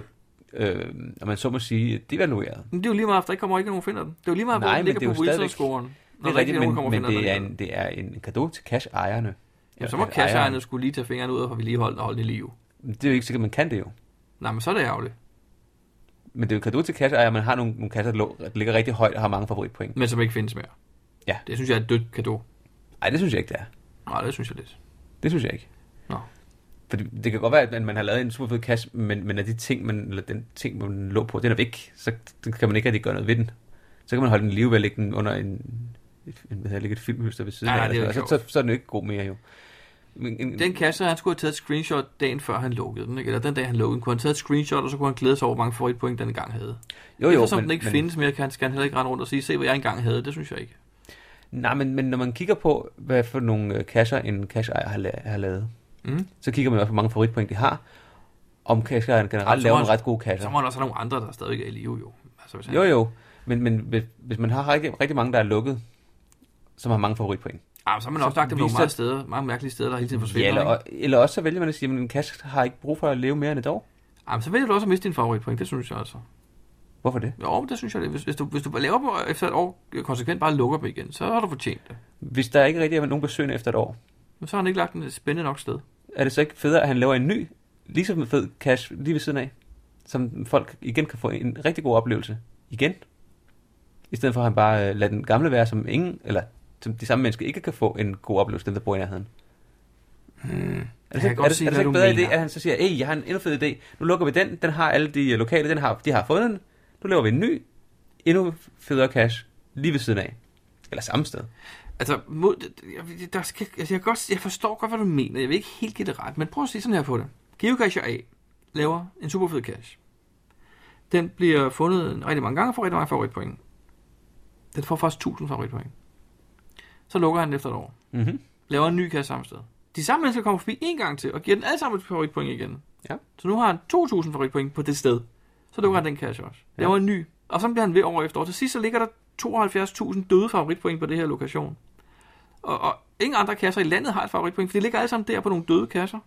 [SPEAKER 1] øh, om man så må sige, devalueret.
[SPEAKER 2] Men det er jo lige meget, for der kommer ikke nogen finder den. Det er jo lige meget, hvor
[SPEAKER 1] Nej,
[SPEAKER 2] den
[SPEAKER 1] men
[SPEAKER 2] ligger
[SPEAKER 1] det er
[SPEAKER 2] på
[SPEAKER 1] jo stadigvæk-
[SPEAKER 2] Wilson-scoren. Når
[SPEAKER 1] Det er
[SPEAKER 2] der ikke
[SPEAKER 1] rigtigt,
[SPEAKER 2] er nogen,
[SPEAKER 1] men,
[SPEAKER 2] der kommer
[SPEAKER 1] men
[SPEAKER 2] og finder
[SPEAKER 1] det, er
[SPEAKER 2] den.
[SPEAKER 1] en, det er en gave til cash-ejerne.
[SPEAKER 2] Jamen, så må
[SPEAKER 1] Eller
[SPEAKER 2] cashejerne skulle lige tage fingrene ud og vedligeholde den og holde den i live.
[SPEAKER 1] Men Det er jo ikke sikkert, man kan det jo.
[SPEAKER 2] Nej, men så er det ærgerligt.
[SPEAKER 1] Men det er jo gave til cash-ejere, man har nogle, nogle kasser, der lå- der ligger rigtig højt og har mange favoritpoint.
[SPEAKER 2] Men som ikke findes mere.
[SPEAKER 1] Ja.
[SPEAKER 2] Det synes jeg er et dødt kado.
[SPEAKER 1] Nej, det synes jeg ikke, det er.
[SPEAKER 2] Nej, det synes jeg lidt.
[SPEAKER 1] Det synes jeg ikke.
[SPEAKER 2] Nå.
[SPEAKER 1] Fordi det kan godt være, at man har lavet en super fed kasse, men, men er de ting, man, eller den ting, man lå på, den er væk, så kan man ikke rigtig gøre noget ved den. Så kan man holde den i live ved at lægge den under en, et, en hvad hedder, det, et filmhylster ved siden
[SPEAKER 2] Nej,
[SPEAKER 1] af.
[SPEAKER 2] det
[SPEAKER 1] eller
[SPEAKER 2] er jo
[SPEAKER 1] sådan noget.
[SPEAKER 2] sjovt.
[SPEAKER 1] så, så, så, er den jo ikke god mere jo. Men, en,
[SPEAKER 2] Den kasse, han skulle have taget et screenshot dagen før han lukkede den, ikke? eller den dag han lukkede den, kunne han tage et screenshot, og så kunne han glæde sig over, hvor mange favoritpoint den gang havde.
[SPEAKER 1] jo, jo,
[SPEAKER 2] Eftersom den ikke men... findes mere, kan han, skal han heller ikke rende rundt og sige, se hvad jeg engang havde, det synes jeg ikke.
[SPEAKER 1] Nej, men, men når man kigger på, hvad for nogle øh, kasser en cashejer har, la- har lavet,
[SPEAKER 2] Mm.
[SPEAKER 1] så kigger man også, hvor mange favoritpoint de har, om cashejeren
[SPEAKER 2] Ja, så
[SPEAKER 1] generelt
[SPEAKER 2] må
[SPEAKER 1] laver
[SPEAKER 2] han-
[SPEAKER 1] nogle ret gode
[SPEAKER 2] Så
[SPEAKER 1] kasser.
[SPEAKER 2] må han også have nogle andre, der stadigvæk er i live jo. Altså, hvis han...
[SPEAKER 1] Jo, jo, men, men hvis, hvis man har rigtig, rigtig mange, der er lukket, som har mange favoritpoint,
[SPEAKER 2] Ah, så har man også lagt dem nogle
[SPEAKER 1] viser-
[SPEAKER 2] meget, steder, mange mærkelige steder, der hele tiden forsvinder.
[SPEAKER 1] Ja, eller,
[SPEAKER 2] ikke?
[SPEAKER 1] og- eller også så vælger man at sige, at en kasse har ikke brug for at leve mere end et år.
[SPEAKER 2] Ah, men så vælger du også at miste din favoritpoint, det synes jeg altså.
[SPEAKER 1] Hvorfor det?
[SPEAKER 2] Jo, det synes jeg det. Hvis, hvis, du, hvis du bare laver dem og efter et år, øh, konsekvent bare lukker dem igen, så har du fortjent det.
[SPEAKER 1] Hvis der ikke rigtig er nogen besøgende efter et år,
[SPEAKER 2] Men så har han ikke lagt den et spændende nok sted.
[SPEAKER 1] er det så ikke federe, at han laver en ny, lige så fed cash lige ved siden af, som folk igen kan få en rigtig god oplevelse igen? I stedet for at han bare øh, lader den gamle være, som ingen, eller som de samme mennesker ikke kan få en god oplevelse, dem der bor i nærheden. Er
[SPEAKER 2] Jeg
[SPEAKER 1] det,
[SPEAKER 2] kan
[SPEAKER 1] så, ikke-
[SPEAKER 2] godt
[SPEAKER 1] er det,
[SPEAKER 2] se,
[SPEAKER 1] er det så
[SPEAKER 2] hvad
[SPEAKER 1] ikke
[SPEAKER 2] du
[SPEAKER 1] bedre
[SPEAKER 2] mener.
[SPEAKER 1] idé, at han så siger, hey, jeg har en endnu fed idé, nu lukker vi den, den har alle de øh, lokale, den har, de har fundet den, nu laver vi en ny, endnu federe cash lige ved siden af. Eller samme sted.
[SPEAKER 2] Altså, mod, jeg, der skal, altså jeg, kan godt, jeg forstår godt, hvad du mener. Jeg vil ikke helt give det ret, men prøv at se sådan her på det. Geocacher A laver en super fed cache. Den bliver fundet en rigtig mange gange og får rigtig mange favoritpoint. Den får faktisk 1000 favoritpoint. Så lukker han den efter et år.
[SPEAKER 1] Mm-hmm.
[SPEAKER 2] Laver en ny cache samme sted. De samme mennesker kommer forbi en gang til og giver den alle sammen et favoritpoint igen.
[SPEAKER 1] Ja.
[SPEAKER 2] Så nu har han 2000 favoritpoint på det sted. Så lukker han den cache også. Laver en ny. Og så bliver han ved år efter år. Til sidst så ligger der 72.000 døde favoritpoint på det her lokation. Og, og ingen andre kasser i landet har et favoritpoint, for de ligger alle sammen der på nogle døde kasser.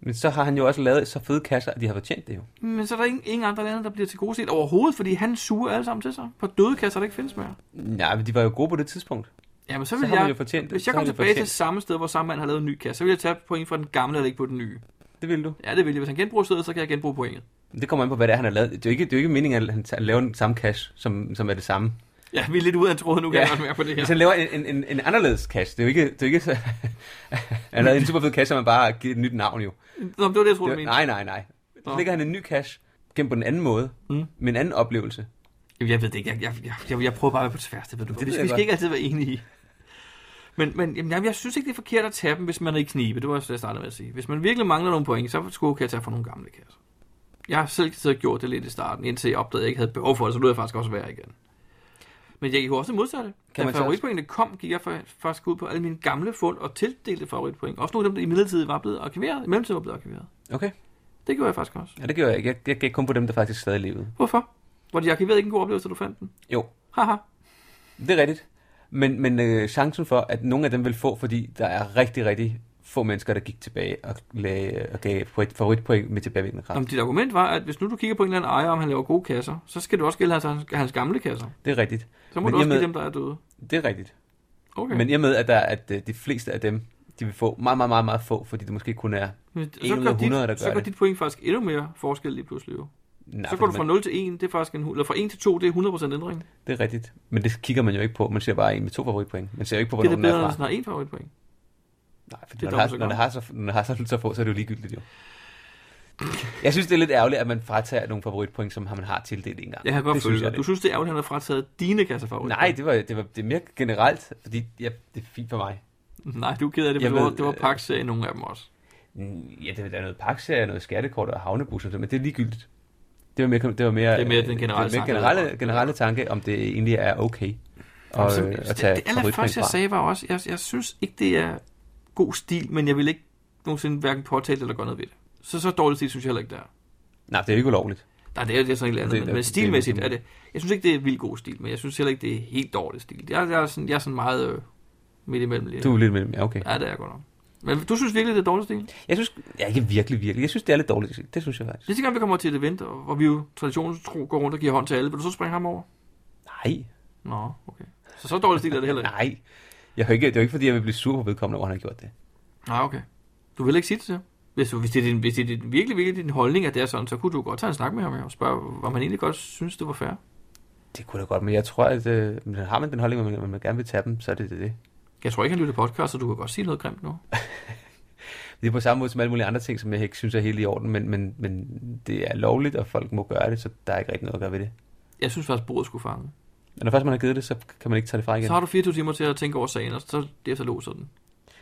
[SPEAKER 1] Men så har han jo også lavet så fede kasser, at de har fortjent det jo.
[SPEAKER 2] Men så er der ingen, ingen andre lande, der bliver til gode set overhovedet, fordi han suger alle sammen til sig på døde kasser, der ikke findes mere.
[SPEAKER 1] Nej, men de var jo gode på det tidspunkt.
[SPEAKER 2] Jamen så
[SPEAKER 1] Så
[SPEAKER 2] vil
[SPEAKER 1] har man
[SPEAKER 2] jeg,
[SPEAKER 1] jo fortjent det.
[SPEAKER 2] hvis jeg
[SPEAKER 1] Så har man
[SPEAKER 2] kom
[SPEAKER 1] jo
[SPEAKER 2] tilbage til
[SPEAKER 1] fortjent.
[SPEAKER 2] samme sted, hvor samme mand har lavet en ny kasse, så vil jeg tage point fra den gamle og lægge på den nye.
[SPEAKER 1] Det vil du.
[SPEAKER 2] Ja, det vil jeg. Hvis han genbruger stedet, så kan jeg genbruge pointet.
[SPEAKER 1] Men Det kommer an på, hvad det er, han har lavet. Det er jo ikke, det er jo ikke meningen, at han tager- laver den samme cash, som, som er det samme.
[SPEAKER 2] Ja, vi er lidt ude af tråden nu, kan
[SPEAKER 1] Ja.
[SPEAKER 2] jeg godt mærke på det her.
[SPEAKER 1] Hvis han laver en, en, en, en anderledes cash, det er jo ikke, det er jo ikke så, *laughs* han lavede en super fed cash, som man bare har givet et nyt navn jo.
[SPEAKER 2] Nå, men det var det, jeg troede,
[SPEAKER 1] Det,
[SPEAKER 2] du
[SPEAKER 1] var- nej,
[SPEAKER 2] mente.
[SPEAKER 1] nej, nej. Så
[SPEAKER 2] Nå.
[SPEAKER 1] lægger han en ny cash, gennem på den anden måde,
[SPEAKER 2] Mm.
[SPEAKER 1] med en anden oplevelse.
[SPEAKER 2] Jamen, Jeg ved det ikke. Jeg, jeg, jeg, jeg, jeg prøver bare at være på tværs, det ved du.
[SPEAKER 1] ved
[SPEAKER 2] Det, vi
[SPEAKER 1] jeg
[SPEAKER 2] skal
[SPEAKER 1] godt.
[SPEAKER 2] ikke altid være enige i. Men, men jamen, jamen, jeg synes ikke, det er forkert at tage dem, hvis man er i knibe. Det var også det, jeg startede med at sige. Hvis man virkelig mangler nogle point, så skulle okay at tage fra nogle gamle kasser. Jeg har selv siddet og gjort det lidt i starten, indtil jeg opdagede, at jeg ikke havde behov for det, så lød jeg faktisk også være igen. Men jeg kunne også modsatte.
[SPEAKER 1] Kan
[SPEAKER 2] Kan da
[SPEAKER 1] man så-
[SPEAKER 2] favoritpoengene kom, gik jeg fa- faktisk ud på alle mine gamle fund og tildelte favoritpoint. Også nogle af dem, der i midlertid var blevet arkiveret, i mellemtiden var blevet arkiveret.
[SPEAKER 1] Okay,
[SPEAKER 2] Det gjorde jeg faktisk også.
[SPEAKER 1] ja, det gjorde jeg ikke. Jeg, jeg gik kun på dem, der faktisk stadig levede.
[SPEAKER 2] Hvorfor? Var de arkiveret ikke en god oplevelse, da du fandt den?
[SPEAKER 1] Jo,
[SPEAKER 2] Haha.
[SPEAKER 1] det er rigtigt. Men, men øh, chancen for, at nogle af dem vil få, fordi der er rigtig, rigtig få mennesker, der gik tilbage og, lagde, øh, og gav favorit- favoritpoint med tilbagevirkende kraft.
[SPEAKER 2] Om dit argument var, at hvis nu du kigger på en eller anden ejer, om han laver gode kasser, så skal du også gælde hans, hans gamle kasser.
[SPEAKER 1] Det er rigtigt.
[SPEAKER 2] Så må
[SPEAKER 1] Men
[SPEAKER 2] du også
[SPEAKER 1] i og
[SPEAKER 2] give
[SPEAKER 1] med-
[SPEAKER 2] dem, der er døde.
[SPEAKER 1] Det er rigtigt.
[SPEAKER 2] Okay.
[SPEAKER 1] Okay. Men i og med, at, der, at øh, de fleste af dem, de vil få meget, meget, meget, meget få, fordi det måske kun er...
[SPEAKER 2] Men
[SPEAKER 1] en ud af 100, der
[SPEAKER 2] dit, så
[SPEAKER 1] gør
[SPEAKER 2] gør
[SPEAKER 1] det.
[SPEAKER 2] dit point faktisk endnu mere forskel lige pludselig. Jo.
[SPEAKER 1] Nej,
[SPEAKER 2] så går du fra 0 til 1, det er faktisk en, hu- eller fra 1 til 2, det er 100% ændring.
[SPEAKER 1] Det er rigtigt. Men det kigger man jo ikke på. Man ser bare en med to favoritpoint. Man ser jo ikke på,
[SPEAKER 2] Det er
[SPEAKER 1] hvornår den
[SPEAKER 2] det
[SPEAKER 1] er
[SPEAKER 2] bedre, end hvis den
[SPEAKER 1] fra.
[SPEAKER 2] har 1 favoritpoint.
[SPEAKER 1] Nej, fordi
[SPEAKER 2] Det
[SPEAKER 1] når,
[SPEAKER 2] er
[SPEAKER 1] den
[SPEAKER 2] dobbelt
[SPEAKER 1] har,
[SPEAKER 2] så
[SPEAKER 1] når, den
[SPEAKER 2] godt.
[SPEAKER 1] har, så, når den har så, så få, så er det jo ligegyldigt jo. Jeg synes, det er lidt ærgerligt, at man fratager nogle favoritpoint, som man har tildelt en gang.
[SPEAKER 2] Jeg kan godt
[SPEAKER 1] det
[SPEAKER 2] følge
[SPEAKER 1] synes jeg,
[SPEAKER 2] dig. Du
[SPEAKER 1] det.
[SPEAKER 2] synes, det er ærgerligt, at han har frataget dine kasser favorit.
[SPEAKER 1] Nej, det var, det var det er mere generelt, fordi ja, det er fint for mig.
[SPEAKER 2] Nej, du er ked af det,
[SPEAKER 1] Jeg
[SPEAKER 2] for det var,
[SPEAKER 1] ved,
[SPEAKER 2] det var
[SPEAKER 1] øh,
[SPEAKER 2] pakserie nogle af dem også.
[SPEAKER 1] Mm, Ja, det der er noget pakserie, noget skattekort og havnebus, og sådan, men det er ligegyldigt. Det var mere, det var mere,
[SPEAKER 2] Det er mere den
[SPEAKER 1] øh,
[SPEAKER 2] generelle
[SPEAKER 1] det var
[SPEAKER 2] tanke,
[SPEAKER 1] mere
[SPEAKER 2] der
[SPEAKER 1] generelle,
[SPEAKER 2] var.
[SPEAKER 1] generelle tanke, om det egentlig er okay at,
[SPEAKER 2] Så-
[SPEAKER 1] øh, at tage
[SPEAKER 2] det, det allerførste, jeg
[SPEAKER 1] favoritpoint fra.
[SPEAKER 2] sagde, var også, jeg, jeg synes ikke, det er god stil, men jeg vil ikke nogensinde hverken påtale det eller gøre noget ved det. Så så dårligt stil synes jeg heller ikke, det er.
[SPEAKER 1] Nej, det er jo ikke ulovligt.
[SPEAKER 2] Nej, det er, det er sådan et eller
[SPEAKER 1] Det er-
[SPEAKER 2] andet, men, men
[SPEAKER 1] det er-
[SPEAKER 2] stilmæssigt
[SPEAKER 1] det
[SPEAKER 2] er
[SPEAKER 1] er-
[SPEAKER 2] det... Jeg synes ikke, det er vildt god stil, men jeg synes heller ikke, det er helt dårlig stil. Jeg, jeg, er, sådan, jeg er sådan meget øh, midt imellem lige.
[SPEAKER 1] Du er lidt mellem, ja, okay.
[SPEAKER 2] Ja, det er jeg godt nok. Men du synes virkelig, det er dårlig stil?
[SPEAKER 1] Jeg synes, ja, ikke virkelig, virkelig. Jeg synes, det er lidt dårligt. Det synes jeg faktisk.
[SPEAKER 2] Næste gang, vi kommer til et event, og hvor vi jo traditionen tro går rundt og giver hånd til alle, vil du så springe ham over?
[SPEAKER 1] Nej,
[SPEAKER 2] Nå, okay. Så så dårlig stil er det *laughs* heller ikke.
[SPEAKER 1] nej. Jeg har ikke, det er jo ikke, fordi jeg vil blive sur på vedkommende, hvor han har gjort det.
[SPEAKER 2] Nej, Ah, okay. Du vil ikke sige det til ham? hvis, du, hvis, det er din, hvis det er din, virkelig, virkelig din holdning, at det er sådan, så kunne du godt tage en snak med ham og spørge, om han egentlig godt synes, det var fair.
[SPEAKER 1] Det kunne da godt, men jeg tror, at øh, men har man den holdning, at man, at man gerne vil tage dem, så er det det. det.
[SPEAKER 2] Jeg tror ikke, han lytter podcast, så du kan godt sige noget grimt nu.
[SPEAKER 1] Det er på samme måde som alle mulige andre ting, som jeg ikke synes er helt i orden, men, men, men det er lovligt, og folk må gøre det, så der er ikke rigtig noget at gøre ved det.
[SPEAKER 2] Jeg synes faktisk, bordet skulle fange.
[SPEAKER 1] Men når først man har givet det, så kan man ikke tage det fra igen.
[SPEAKER 2] Så har du 24 timer til at tænke over sagen, og så derefter låser den.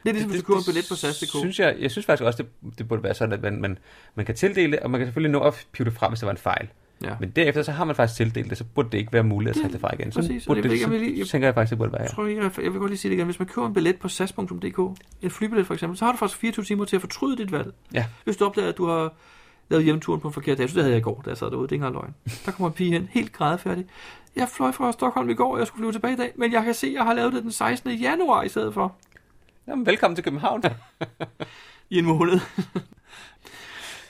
[SPEAKER 2] Det er ligesom, hvis du køber en billet på SAS.dk.
[SPEAKER 1] Synes jeg, jeg synes faktisk også, det, det burde være sådan, at man, man, man kan tildele, og man kan selvfølgelig nå at pive det frem, hvis der var en fejl.
[SPEAKER 2] Ja.
[SPEAKER 1] Men derefter, så har man faktisk tildelt det, så burde det ikke være muligt at tage det fra igen. Så,
[SPEAKER 2] Præcis, og
[SPEAKER 1] burde
[SPEAKER 2] det
[SPEAKER 1] det,
[SPEAKER 2] vil jeg- jeg vil lige-
[SPEAKER 1] så tænker jeg faktisk, det burde være.
[SPEAKER 2] Jeg,
[SPEAKER 1] Ja.
[SPEAKER 2] tror ikke, jeg, jeg vil godt lige sige det igen. Hvis man køber en billet på SAS.dk, en flybillet for eksempel, så har du faktisk 24 timer til at fortryde dit valg.
[SPEAKER 1] Ja.
[SPEAKER 2] Hvis du opdager, at du har lavet hjemturen på en forkert dag. Jeg synes, det havde jeg i går, da jeg sad derude. Det er ikke engang løgn. Der kommer en pige hen, helt grædefærdig. Jeg fløj fra Stockholm i går, og jeg skulle flyve tilbage i dag, men jeg kan se, at jeg har lavet det den 16. januar i stedet for.
[SPEAKER 1] Jamen, velkommen til København.
[SPEAKER 2] I en måned. *laughs*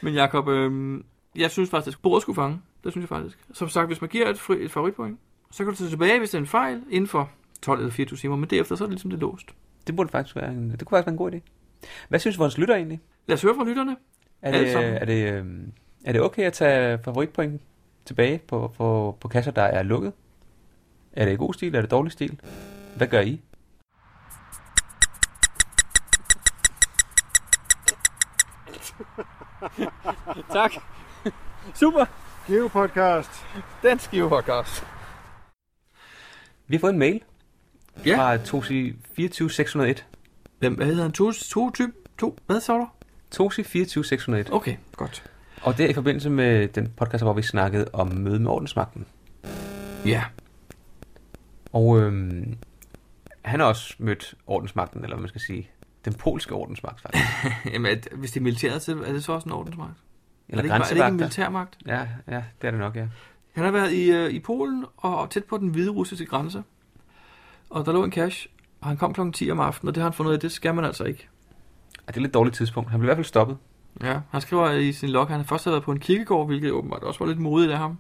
[SPEAKER 2] men Jacob, øh, jeg synes faktisk, at bordet skulle fange. Det synes jeg faktisk. Som sagt, hvis man giver et, fri, et favoritpoint, så kan du tage tilbage, hvis det er en fejl, inden for 12 eller 24 timer, men derefter så er det ligesom det er låst.
[SPEAKER 1] det burde faktisk være en, det kunne faktisk være en god idé. Hvad synes vores lytter egentlig?
[SPEAKER 2] Lad os høre fra lytterne.
[SPEAKER 1] Er
[SPEAKER 2] Alle
[SPEAKER 1] det,
[SPEAKER 2] sammen.
[SPEAKER 1] er, det, øhm, er det okay at tage favoritpoint tilbage på, på, på kasser, der er lukket? Er det i god stil? Er det dårlig stil? Hvad gør I?
[SPEAKER 5] Tak. Super.
[SPEAKER 3] Geopodcast.
[SPEAKER 5] Den skive podcast.
[SPEAKER 1] Vi har fået en mail
[SPEAKER 2] Ja.
[SPEAKER 1] fra Tosi 24601.
[SPEAKER 2] Hvem hvad hedder han? To, to typ? To? Hvad så du?
[SPEAKER 1] Tosi 24601.
[SPEAKER 2] Okay, godt.
[SPEAKER 1] Og det er i forbindelse med den podcast, hvor vi snakkede om møde med ordensmagten.
[SPEAKER 2] Ja.
[SPEAKER 1] Og øhm, han har også mødt ordensmagten, eller hvad man skal sige. Den polske ordensmagt, faktisk.
[SPEAKER 2] Jamen, at, hvis det er militæret, så er det så også en ordensmagt. er,
[SPEAKER 1] Eller
[SPEAKER 2] det ikke, bare- er det ikke en
[SPEAKER 1] grænsevagter.
[SPEAKER 2] militærmagt?
[SPEAKER 1] Ja, ja, det er det nok, ja.
[SPEAKER 2] Han har været i, øh, i Polen og tæt på den hvide russiske grænse. Og der lå en cash, og han kom klokken 10 om aftenen, og det har han fundet ud af, det skal man altså ikke.
[SPEAKER 1] Og det er et lidt dårligt tidspunkt. Han blev i hvert fald stoppet.
[SPEAKER 2] Ja, han skriver i sin log, at han først havde været på en kirkegård, hvilket åbenbart også var lidt modigt af ham.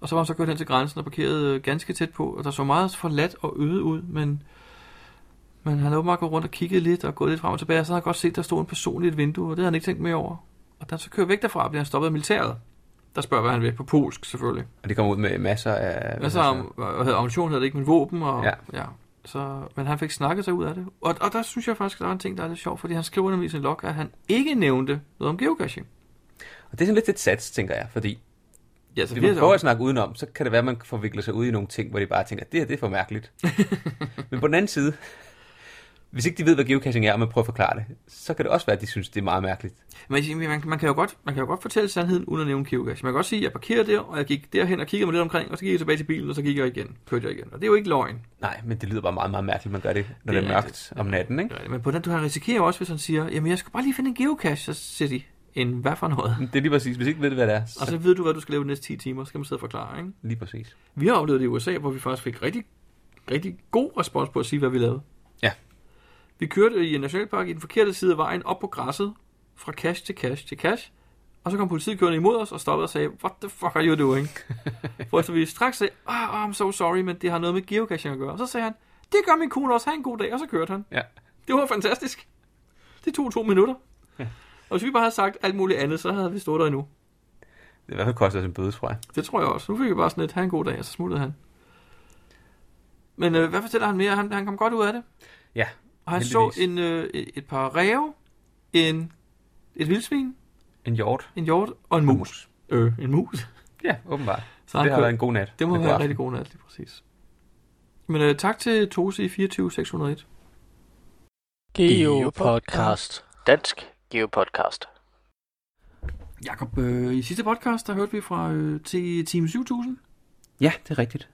[SPEAKER 2] Og så var han så gået hen til grænsen og parkeret øh, ganske tæt på, og der så meget forladt og øde ud, men, men han havde åbenbart gået rundt og kigget lidt og gået lidt frem og tilbage, og så havde han godt set, at der stod en person i et vindue, og det havde han ikke tænkt mere over. Og da han så kører væk derfra, bliver han stoppet af militæret. der spørger, hvad han vil. På polsk, selvfølgelig.
[SPEAKER 1] Og det kommer ud med masser af...
[SPEAKER 2] Hvad så om, hvad hedder, ammunition hedder det ikke, men våben og...
[SPEAKER 1] Altså- Ja.
[SPEAKER 2] ja. Så, men han fik snakket sig ud af det. Og, og der synes jeg faktisk, der er en ting, der er lidt sjov, fordi han skriver nemlig i sin log, at han ikke nævnte noget om geocaching.
[SPEAKER 1] Og det er sådan lidt et sats, tænker jeg, fordi
[SPEAKER 2] Ja,
[SPEAKER 1] hvis
[SPEAKER 2] så vi
[SPEAKER 1] man
[SPEAKER 2] Altså, er
[SPEAKER 1] prøver at
[SPEAKER 2] så...
[SPEAKER 1] snakke udenom, så kan det være, at man forvikler sig ud i nogle ting, hvor de bare tænker, det her det er for
[SPEAKER 2] *laughs*
[SPEAKER 1] mærkeligt. Men på den anden side, hvis ikke de ved, hvad geocaching er, og man prøver at forklare det, så kan det også være, at de synes, det er meget mærkeligt.
[SPEAKER 2] Men man, man, man, kan jo godt, man kan jo godt fortælle sandheden uden at nævne geocaching. Man kan godt sige, at jeg parkerede der, og jeg gik derhen og kiggede mig lidt omkring, og så gik jeg tilbage til bilen, og så gik jeg igen. Kørte jeg igen. Og det er jo ikke løgn.
[SPEAKER 1] Nej, men det lyder bare meget, meget mærkeligt, man gør det, når
[SPEAKER 2] Det
[SPEAKER 1] det,
[SPEAKER 2] er
[SPEAKER 1] er mørkt
[SPEAKER 2] rigtigt.
[SPEAKER 1] om natten, ikke?
[SPEAKER 2] Ja, men på den, du har risikerer jo også, hvis han siger, jamen jeg skal bare lige finde en geocache, så siger de, en hvad
[SPEAKER 1] *laughs*
[SPEAKER 2] for noget?
[SPEAKER 1] Det er lige præcis, hvis ikke ved, hvad det er,
[SPEAKER 2] Og
[SPEAKER 1] så
[SPEAKER 2] så ved du, hvad du skal lave de næste 10 timer, så skal man sidde og forklare, ikke?
[SPEAKER 1] lige præcis.
[SPEAKER 2] Vi har oplevet det i USA, hvor vi faktisk fik rigtig, rigtig god respons på at sige, hvad vi lavede.
[SPEAKER 1] Ja.
[SPEAKER 2] Vi kørte i en nationalpark i den forkerte side af vejen, op på græsset, fra cash til cash til cash. Og så kom politiet kørende imod os og stoppede og sagde, what the fuck are you doing? Hvorefter vi straks sagde, oh, I'm so sorry, men det har noget med geocaching at gøre. Og så sagde han, det gør min kone også, have en god dag, og så kørte han.
[SPEAKER 1] Ja.
[SPEAKER 2] Det var fantastisk. Det tog to minutter. Og hvis vi bare havde sagt alt muligt andet, så havde vi stået der endnu.
[SPEAKER 1] Det er i hvert fald kostet os en bøde, tror jeg.
[SPEAKER 2] Det tror jeg også. Nu fik vi bare sådan et, have en god dag, og så smuttede han. Men øh, hvad fortæller han mere? Han, han kom godt ud af det.
[SPEAKER 1] Ja,
[SPEAKER 2] Og han
[SPEAKER 1] heldigvis.
[SPEAKER 2] så en, øh, et par ræve, en, et vildsvin,
[SPEAKER 1] En hjort.
[SPEAKER 2] en hjort og en mus. Øh, en mus.
[SPEAKER 1] Ja, åbenbart.
[SPEAKER 2] Så
[SPEAKER 1] Så
[SPEAKER 2] han
[SPEAKER 1] det har
[SPEAKER 2] kunne-
[SPEAKER 1] været en god nat.
[SPEAKER 2] Det må
[SPEAKER 1] er
[SPEAKER 2] være en
[SPEAKER 1] aften.
[SPEAKER 2] rigtig god nat, lige præcis. Men øh, tak til Tosi 24601.
[SPEAKER 4] Geopodcast. Dansk Geopodcast.
[SPEAKER 2] Jakob, øh, i sidste podcast, der hørte vi fra øh, til Team 7000.
[SPEAKER 1] Ja, det er rigtigt.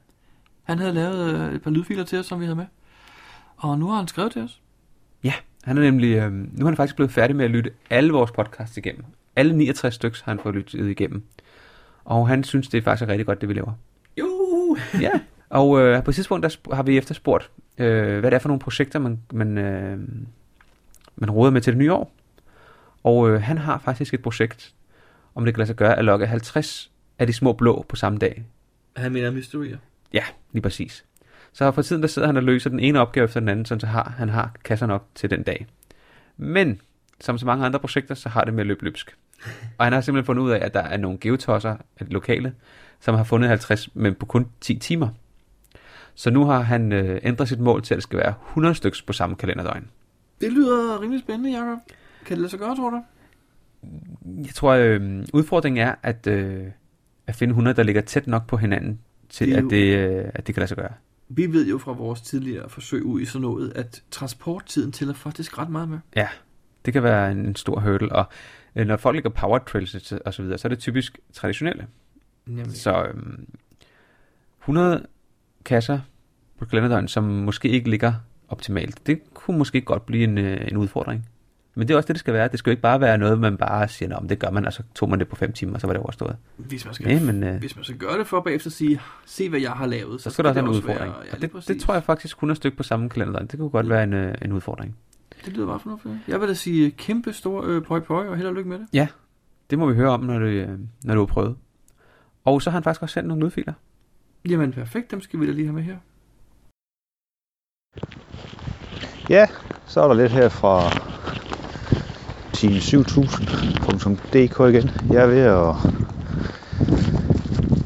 [SPEAKER 2] Han havde lavet øh, et par lydfiler til os, som vi havde med. Og nu har han skrevet til os.
[SPEAKER 1] Han er nemlig, øh, nu er han faktisk blevet færdig med at lytte alle vores podcasts igennem. Alle 69 stykker har han fået lyttet igennem. Og han synes, det er faktisk rigtig godt, det vi laver.
[SPEAKER 2] Jo!
[SPEAKER 1] Ja, og øh, på et tidspunkt der sp- har vi efterspurgt, øh, hvad det er for nogle projekter, man, man, øh, man råder med til det nye år. Og øh, han har faktisk et projekt, om det kan lade sig gøre, at lokke 50 af de små blå på samme dag.
[SPEAKER 2] Han mener mysterier.
[SPEAKER 1] Ja, lige præcis. Så for tiden der sidder han og løser den ene opgave efter den anden, sådan så har, han har kasser nok til den dag. Men, som så mange andre projekter, så har det med at løbe løbsk. Og han har simpelthen fundet ud af, at der er nogle geotosser at lokale, som har fundet 50, men på kun 10 timer. Så nu har han øh, ændret sit mål til, at det skal være 100 stykker på samme kalenderdøgn.
[SPEAKER 2] Det lyder rimelig spændende, Jacob. Kan det lade sig gøre, tror du?
[SPEAKER 1] Jeg tror, øh, udfordringen er at, øh, at finde 100, der ligger tæt nok på hinanden, til
[SPEAKER 2] Det er
[SPEAKER 1] at
[SPEAKER 2] jo-
[SPEAKER 1] det, øh, at det kan lade sig gøre.
[SPEAKER 2] Vi ved jo fra vores tidligere forsøg ud i sådan noget, at transporttiden tæller faktisk ret meget med.
[SPEAKER 1] Ja, det kan være en, en stor hurdle, og øh, når folk ligger power trails og så videre, så er det typisk traditionelle.
[SPEAKER 2] Nemlig.
[SPEAKER 1] Så øhm, 100 kasser på kalenderdøgn, som måske ikke ligger optimalt, det kunne måske godt blive en, øh, en udfordring. Men det er også det, det skal være. Det skal jo ikke bare være noget, man bare siger, om det gør man, og så tog man det på 5 timer, og så var det overstået.
[SPEAKER 2] Hvis man skal,
[SPEAKER 1] Ja, men øh,
[SPEAKER 2] hvis man skal gøre det for bagefter at sige, se hvad jeg har lavet,
[SPEAKER 1] så skal der også
[SPEAKER 2] det
[SPEAKER 1] være en udfordring.
[SPEAKER 2] Være, ja,
[SPEAKER 1] Og det, det tror jeg faktisk 100 stykke på samme kalenderdøgn. Det kunne godt være en, øh, en udfordring.
[SPEAKER 2] Det lyder bare fornuftigt. Jeg vil da sige kæmpe stor øh, pøj pøj, og held og lykke med det.
[SPEAKER 1] Det må vi høre om, når du, øh, når du har prøvet. Og så har han faktisk også sendt nogle lydfiler.
[SPEAKER 2] Jamen perfekt, dem skal vi da lige have med her.
[SPEAKER 6] Ja, så er der lidt her fra team7000.dk igen. Jeg er ved at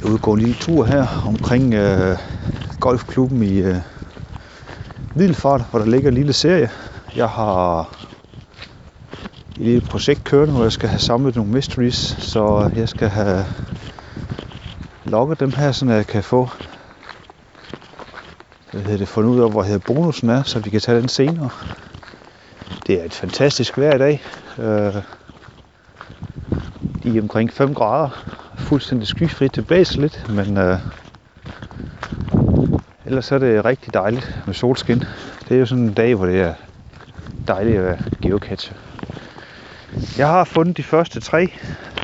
[SPEAKER 6] udgå en lille tur her omkring øh, golfklubben i øh, Middelfart, hvor der ligger en lille serie. Jeg har et lille projekt kørende, hvor jeg skal have samlet nogle mysteries, så jeg skal have logget dem her, så jeg kan få hvad hedder det, fundet ud af, hvor hedder bonusen er, så vi kan tage den senere. Det er et fantastisk vejr i dag. Øh, lige omkring 5 grader. Fuldstændig skyfrit. Det blæser lidt, men øh, ellers er det rigtig dejligt med solskin. Det er jo sådan en dag, hvor det er dejligt at være geocacher. Jeg har fundet de første tre.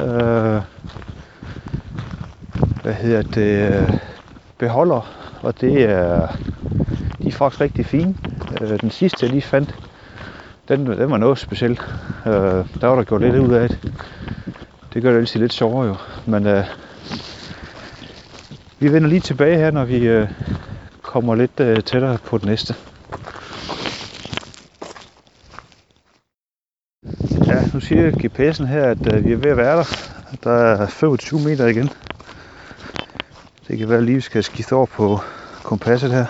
[SPEAKER 6] Øh, hvad hedder det? øh, Beholder. Og det er de er faktisk rigtig fine. Øh, den sidste, jeg lige fandt, den, den var noget speciel. Øh, der var der gjort lidt ud af det. Det gør det altid lidt sjovere jo. Men øh, vi vender lige tilbage her, når vi øh, kommer lidt øh, tættere på det næste. Ja, Ja, nu siger GPS'en her, at øh, vi er ved at være der. Der er 25 meter igen. Det kan være, at lige vi skal skifte over på kompasset her.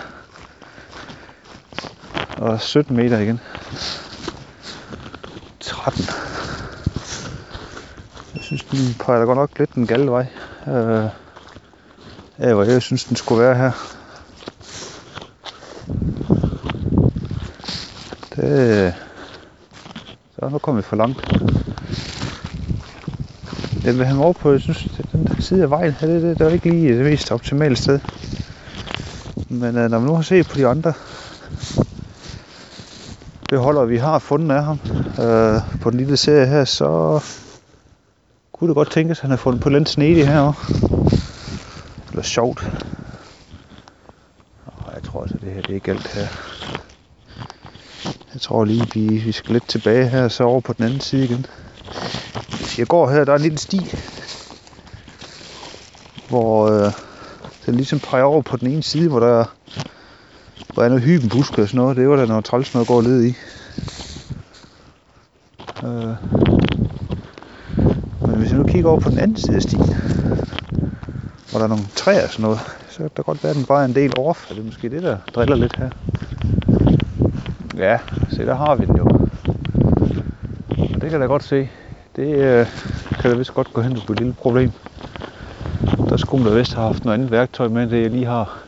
[SPEAKER 6] Og 17 meter igen. 13. Jeg synes, den peger godt nok lidt den galde vej. Øh, af, hvor jeg synes, den skulle være her. Det, så nu kommer vi for langt. Den vil han over på, jeg synes, det er den der side af vejen, her, det, det, det er ikke lige det mest optimale sted. Men øh, når man nu har set på de andre beholder, vi har fundet af ham øh, på den lille serie her, så kunne det godt tænkes, at han har fundet på lidt snedig herovre. Eller sjovt. Åh, jeg tror altså, det her det er ikke alt her. Jeg tror lige, vi, vi skal lidt tilbage her, så over på den anden side igen. Hvis jeg går her, der er en lille sti, hvor øh, den ligesom peger over på den ene side, hvor der hvor er noget hybenbuske og sådan noget. Det var da noget træls noget at gå og lede i. Øh. Men hvis jeg nu kigger over på den anden side af stien, hvor der er nogle træer og sådan noget, så kan der godt være, at den bare er en del off. Er det måske det, der driller lidt her? Ja, se, der har vi den jo. Og det kan jeg da godt se. Det øh, kan da vist godt gå hen og blive et lille problem. Der skulle man da vist have haft noget andet værktøj med, end det jeg lige har.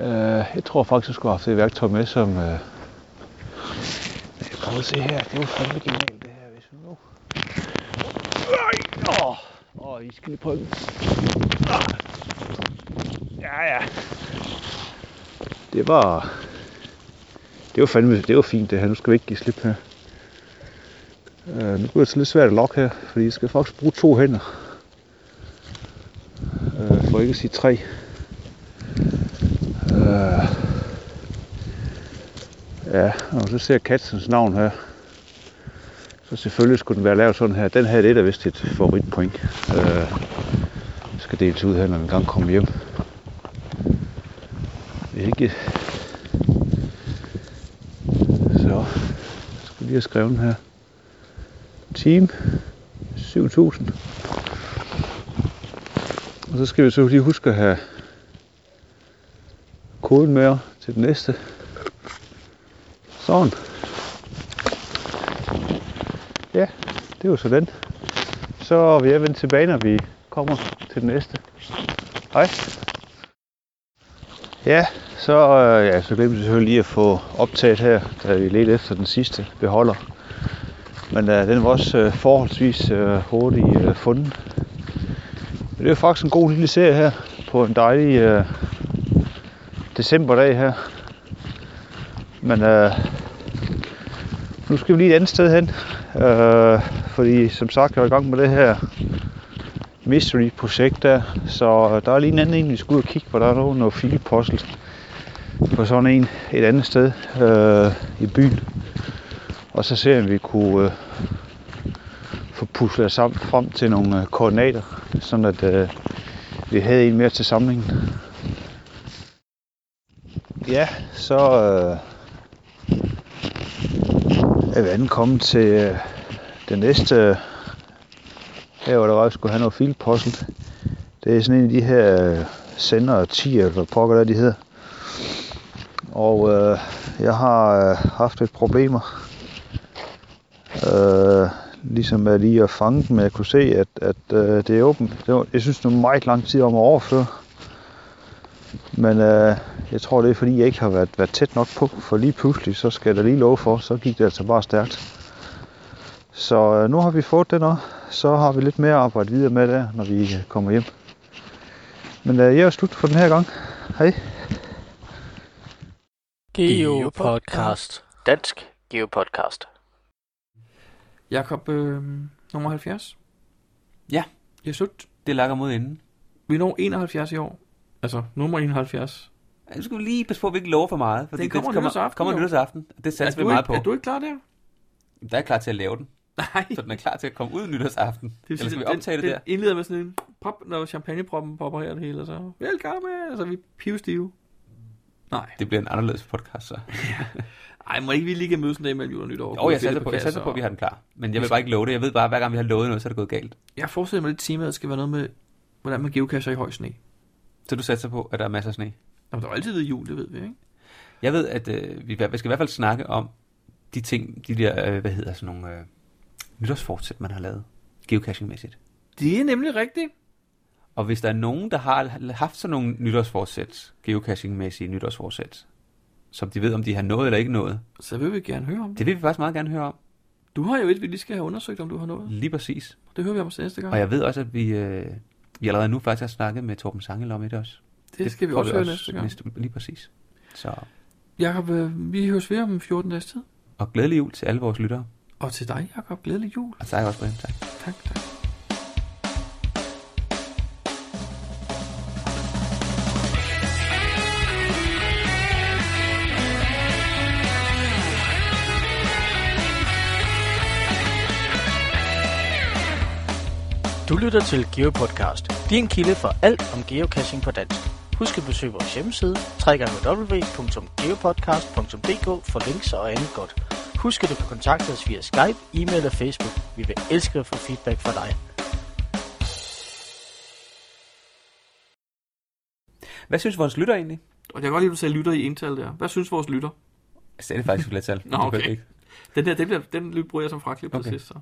[SPEAKER 6] Øh, jeg tror faktisk, jeg skulle have haft det værktøj med, som... Øh, jeg skal prøve at se her. Det var fandme genialt, det her, hvis vi nu... Øj, åh, åh, I skal lige prøve. Ah. Ja, ja. Det var... Det var fandme, det var fint det her. Nu skal vi ikke give slip her. Øh, nu bliver det så lidt svært at lokke her, fordi jeg skal faktisk bruge to hænder. Øh, for ikke at sige tre. Øh. Ja, og så ser Katsens navn her. Så selvfølgelig skulle den være lavet sådan her. Den her det er da vist et favoritpoint. Øh, skal deles ud her, når vi engang kommer hjem. Hvis ikke... Så... Jeg skal lige have skrevet den her. Team 7000. Og så skal vi så lige huske at have koden med jer til den næste. Sådan. Ja, det var så den. Så vil jeg vende tilbage, når vi kommer til den næste. Hej. Ja, så, øh, ja, så glemte jeg selvfølgelig lige at få optaget her, da vi ledte efter den sidste beholder. Men øh, den var også øh, forholdsvis øh, hurtigt øh, fundet. Men det er faktisk en god lille serie her på en dejlig øh, decemberdag her. Men øh, nu skal vi lige et andet sted hen. Øh, fordi som sagt, jeg er i gang med det her mystery-projekt der. Så øh, der er lige en anden en, vi skal ud og kigge på. Der er noget, noget filpuzzle på sådan en et andet sted øh, i byen. Og så ser vi, om vi kunne øh, få puslet sammen frem til nogle øh, koordinater, sådan at øh, vi havde en mere til samlingen. Ja, så øh, er vi ankommet til øh, det næste øh, her, hvor der var, vi skulle have noget filpuzzle. Det er sådan en af de her øh, sender og tier, eller hvad pokker der de hedder. Og øh, jeg har øh, haft lidt problemer. Øh, ligesom med lige at fange dem, jeg kunne se, at, at øh, det er åbent. Det var, jeg synes, det var meget lang tid om at overføre. Men øh, jeg tror, det er fordi, jeg ikke har været, været tæt nok på, for lige pludselig, så skal der lige love for, så gik det altså bare stærkt. Så øh, nu har vi fået den også, så har vi lidt mere at arbejde videre med der, når vi øh, kommer hjem. Men øh, jeg er slut for den her gang. Hej.
[SPEAKER 4] Geo Podcast. Dansk Geo Podcast.
[SPEAKER 2] Jakob øh, nummer 70.
[SPEAKER 1] Ja.
[SPEAKER 2] Det er slut.
[SPEAKER 1] Det lakker mod enden.
[SPEAKER 2] Vi når 71 i år. Altså, nummer 71.
[SPEAKER 1] Ej, Nu skal vi lige passe på, at vi ikke lover for meget. Fordi
[SPEAKER 2] Den kommer nytårsaften,
[SPEAKER 1] kommer
[SPEAKER 2] jo.
[SPEAKER 1] nytårsaften. og Det satser
[SPEAKER 2] er,
[SPEAKER 1] vi
[SPEAKER 2] du
[SPEAKER 1] meget
[SPEAKER 2] ikke,
[SPEAKER 1] på.
[SPEAKER 2] er du ikke klar der?
[SPEAKER 1] Der er jeg klar til at lave den.
[SPEAKER 2] *laughs* Nej.
[SPEAKER 1] Så den er klar til at komme ud nytårsaften. Det Eller skal vi optage det,
[SPEAKER 2] den,
[SPEAKER 1] der?
[SPEAKER 2] Den indleder med sådan en pop, når champagneproppen popper her det hele, og så velkommen, og så er vi pivstive. Nej.
[SPEAKER 1] Det bliver en anderledes podcast, så.
[SPEAKER 2] Ej, må ikke vi lige kan mødes en dag mellem jul og nytår?
[SPEAKER 1] Jo, jeg satte på, jeg satte på, at vi har den klar. Men jeg vil bare ikke love det. Jeg ved bare, at hver gang vi har lovet noget, så er det gået galt.
[SPEAKER 2] Jeg forestiller mig, at det temaet skal være noget med, hvordan man geocacher i høj sne.
[SPEAKER 1] Så du satser på, at der er masser af sne.
[SPEAKER 2] Jamen, der er jo altid ved jul, det ved vi, ikke?
[SPEAKER 1] Jeg ved, at øh, vi, hver- vi skal i hvert fald snakke om de ting, de der, øh, hvad hedder sådan nogle øh, nytårsfortsæt, man har lavet geocaching-mæssigt.
[SPEAKER 2] Det er nemlig rigtigt.
[SPEAKER 1] Og hvis der er nogen, der har haft sådan nogle nytårsfortsæt, geocaching-mæssige nytårsfortsæt, som de ved, om de har nået eller ikke nået,
[SPEAKER 2] Så vil vi gerne høre om det.
[SPEAKER 1] det vil vi faktisk meget gerne høre om.
[SPEAKER 2] Du har jo et, vi lige skal have undersøgt, om du har nået.
[SPEAKER 1] Lige præcis.
[SPEAKER 2] Det hører vi om til næste gang.
[SPEAKER 1] Og jeg ved også, at vi, øh, vi allerede nu faktisk har snakket med Torben Sangel om det også.
[SPEAKER 2] det skal vi
[SPEAKER 1] får
[SPEAKER 2] også høre næste gang.
[SPEAKER 1] næste- Lige præcis. Så,
[SPEAKER 2] Jakob, øh, vi høres ved om 14 dages tid.
[SPEAKER 1] og glædelig jul til alle vores lyttere.
[SPEAKER 2] Og til dig, Jakob. Glædelig jul.
[SPEAKER 1] Og tak også, Brian. Tak.
[SPEAKER 2] Tak, tak.
[SPEAKER 4] Du lytter til GeoPodcast, din kilde for alt om geocaching på dansk. Husk at besøge vores hjemmeside, www.geopodcast.dk for links og andet godt. Husk at du kan kontakte os via Skype, e-mail eller Facebook. Vi vil elske at få feedback fra dig.
[SPEAKER 1] Hvad synes vores lytter egentlig?
[SPEAKER 2] Og jeg kan godt lide, at du sagde lytter i ental der. Hvad synes vores lytter?
[SPEAKER 1] Altså, det er faktisk et flertal.
[SPEAKER 2] Nå, okay.
[SPEAKER 1] Selvfølgelig ikke.
[SPEAKER 2] Den der, den, bliver, den lyd bruger jeg som fraklip okay.
[SPEAKER 1] Okay.
[SPEAKER 2] til sidst, så.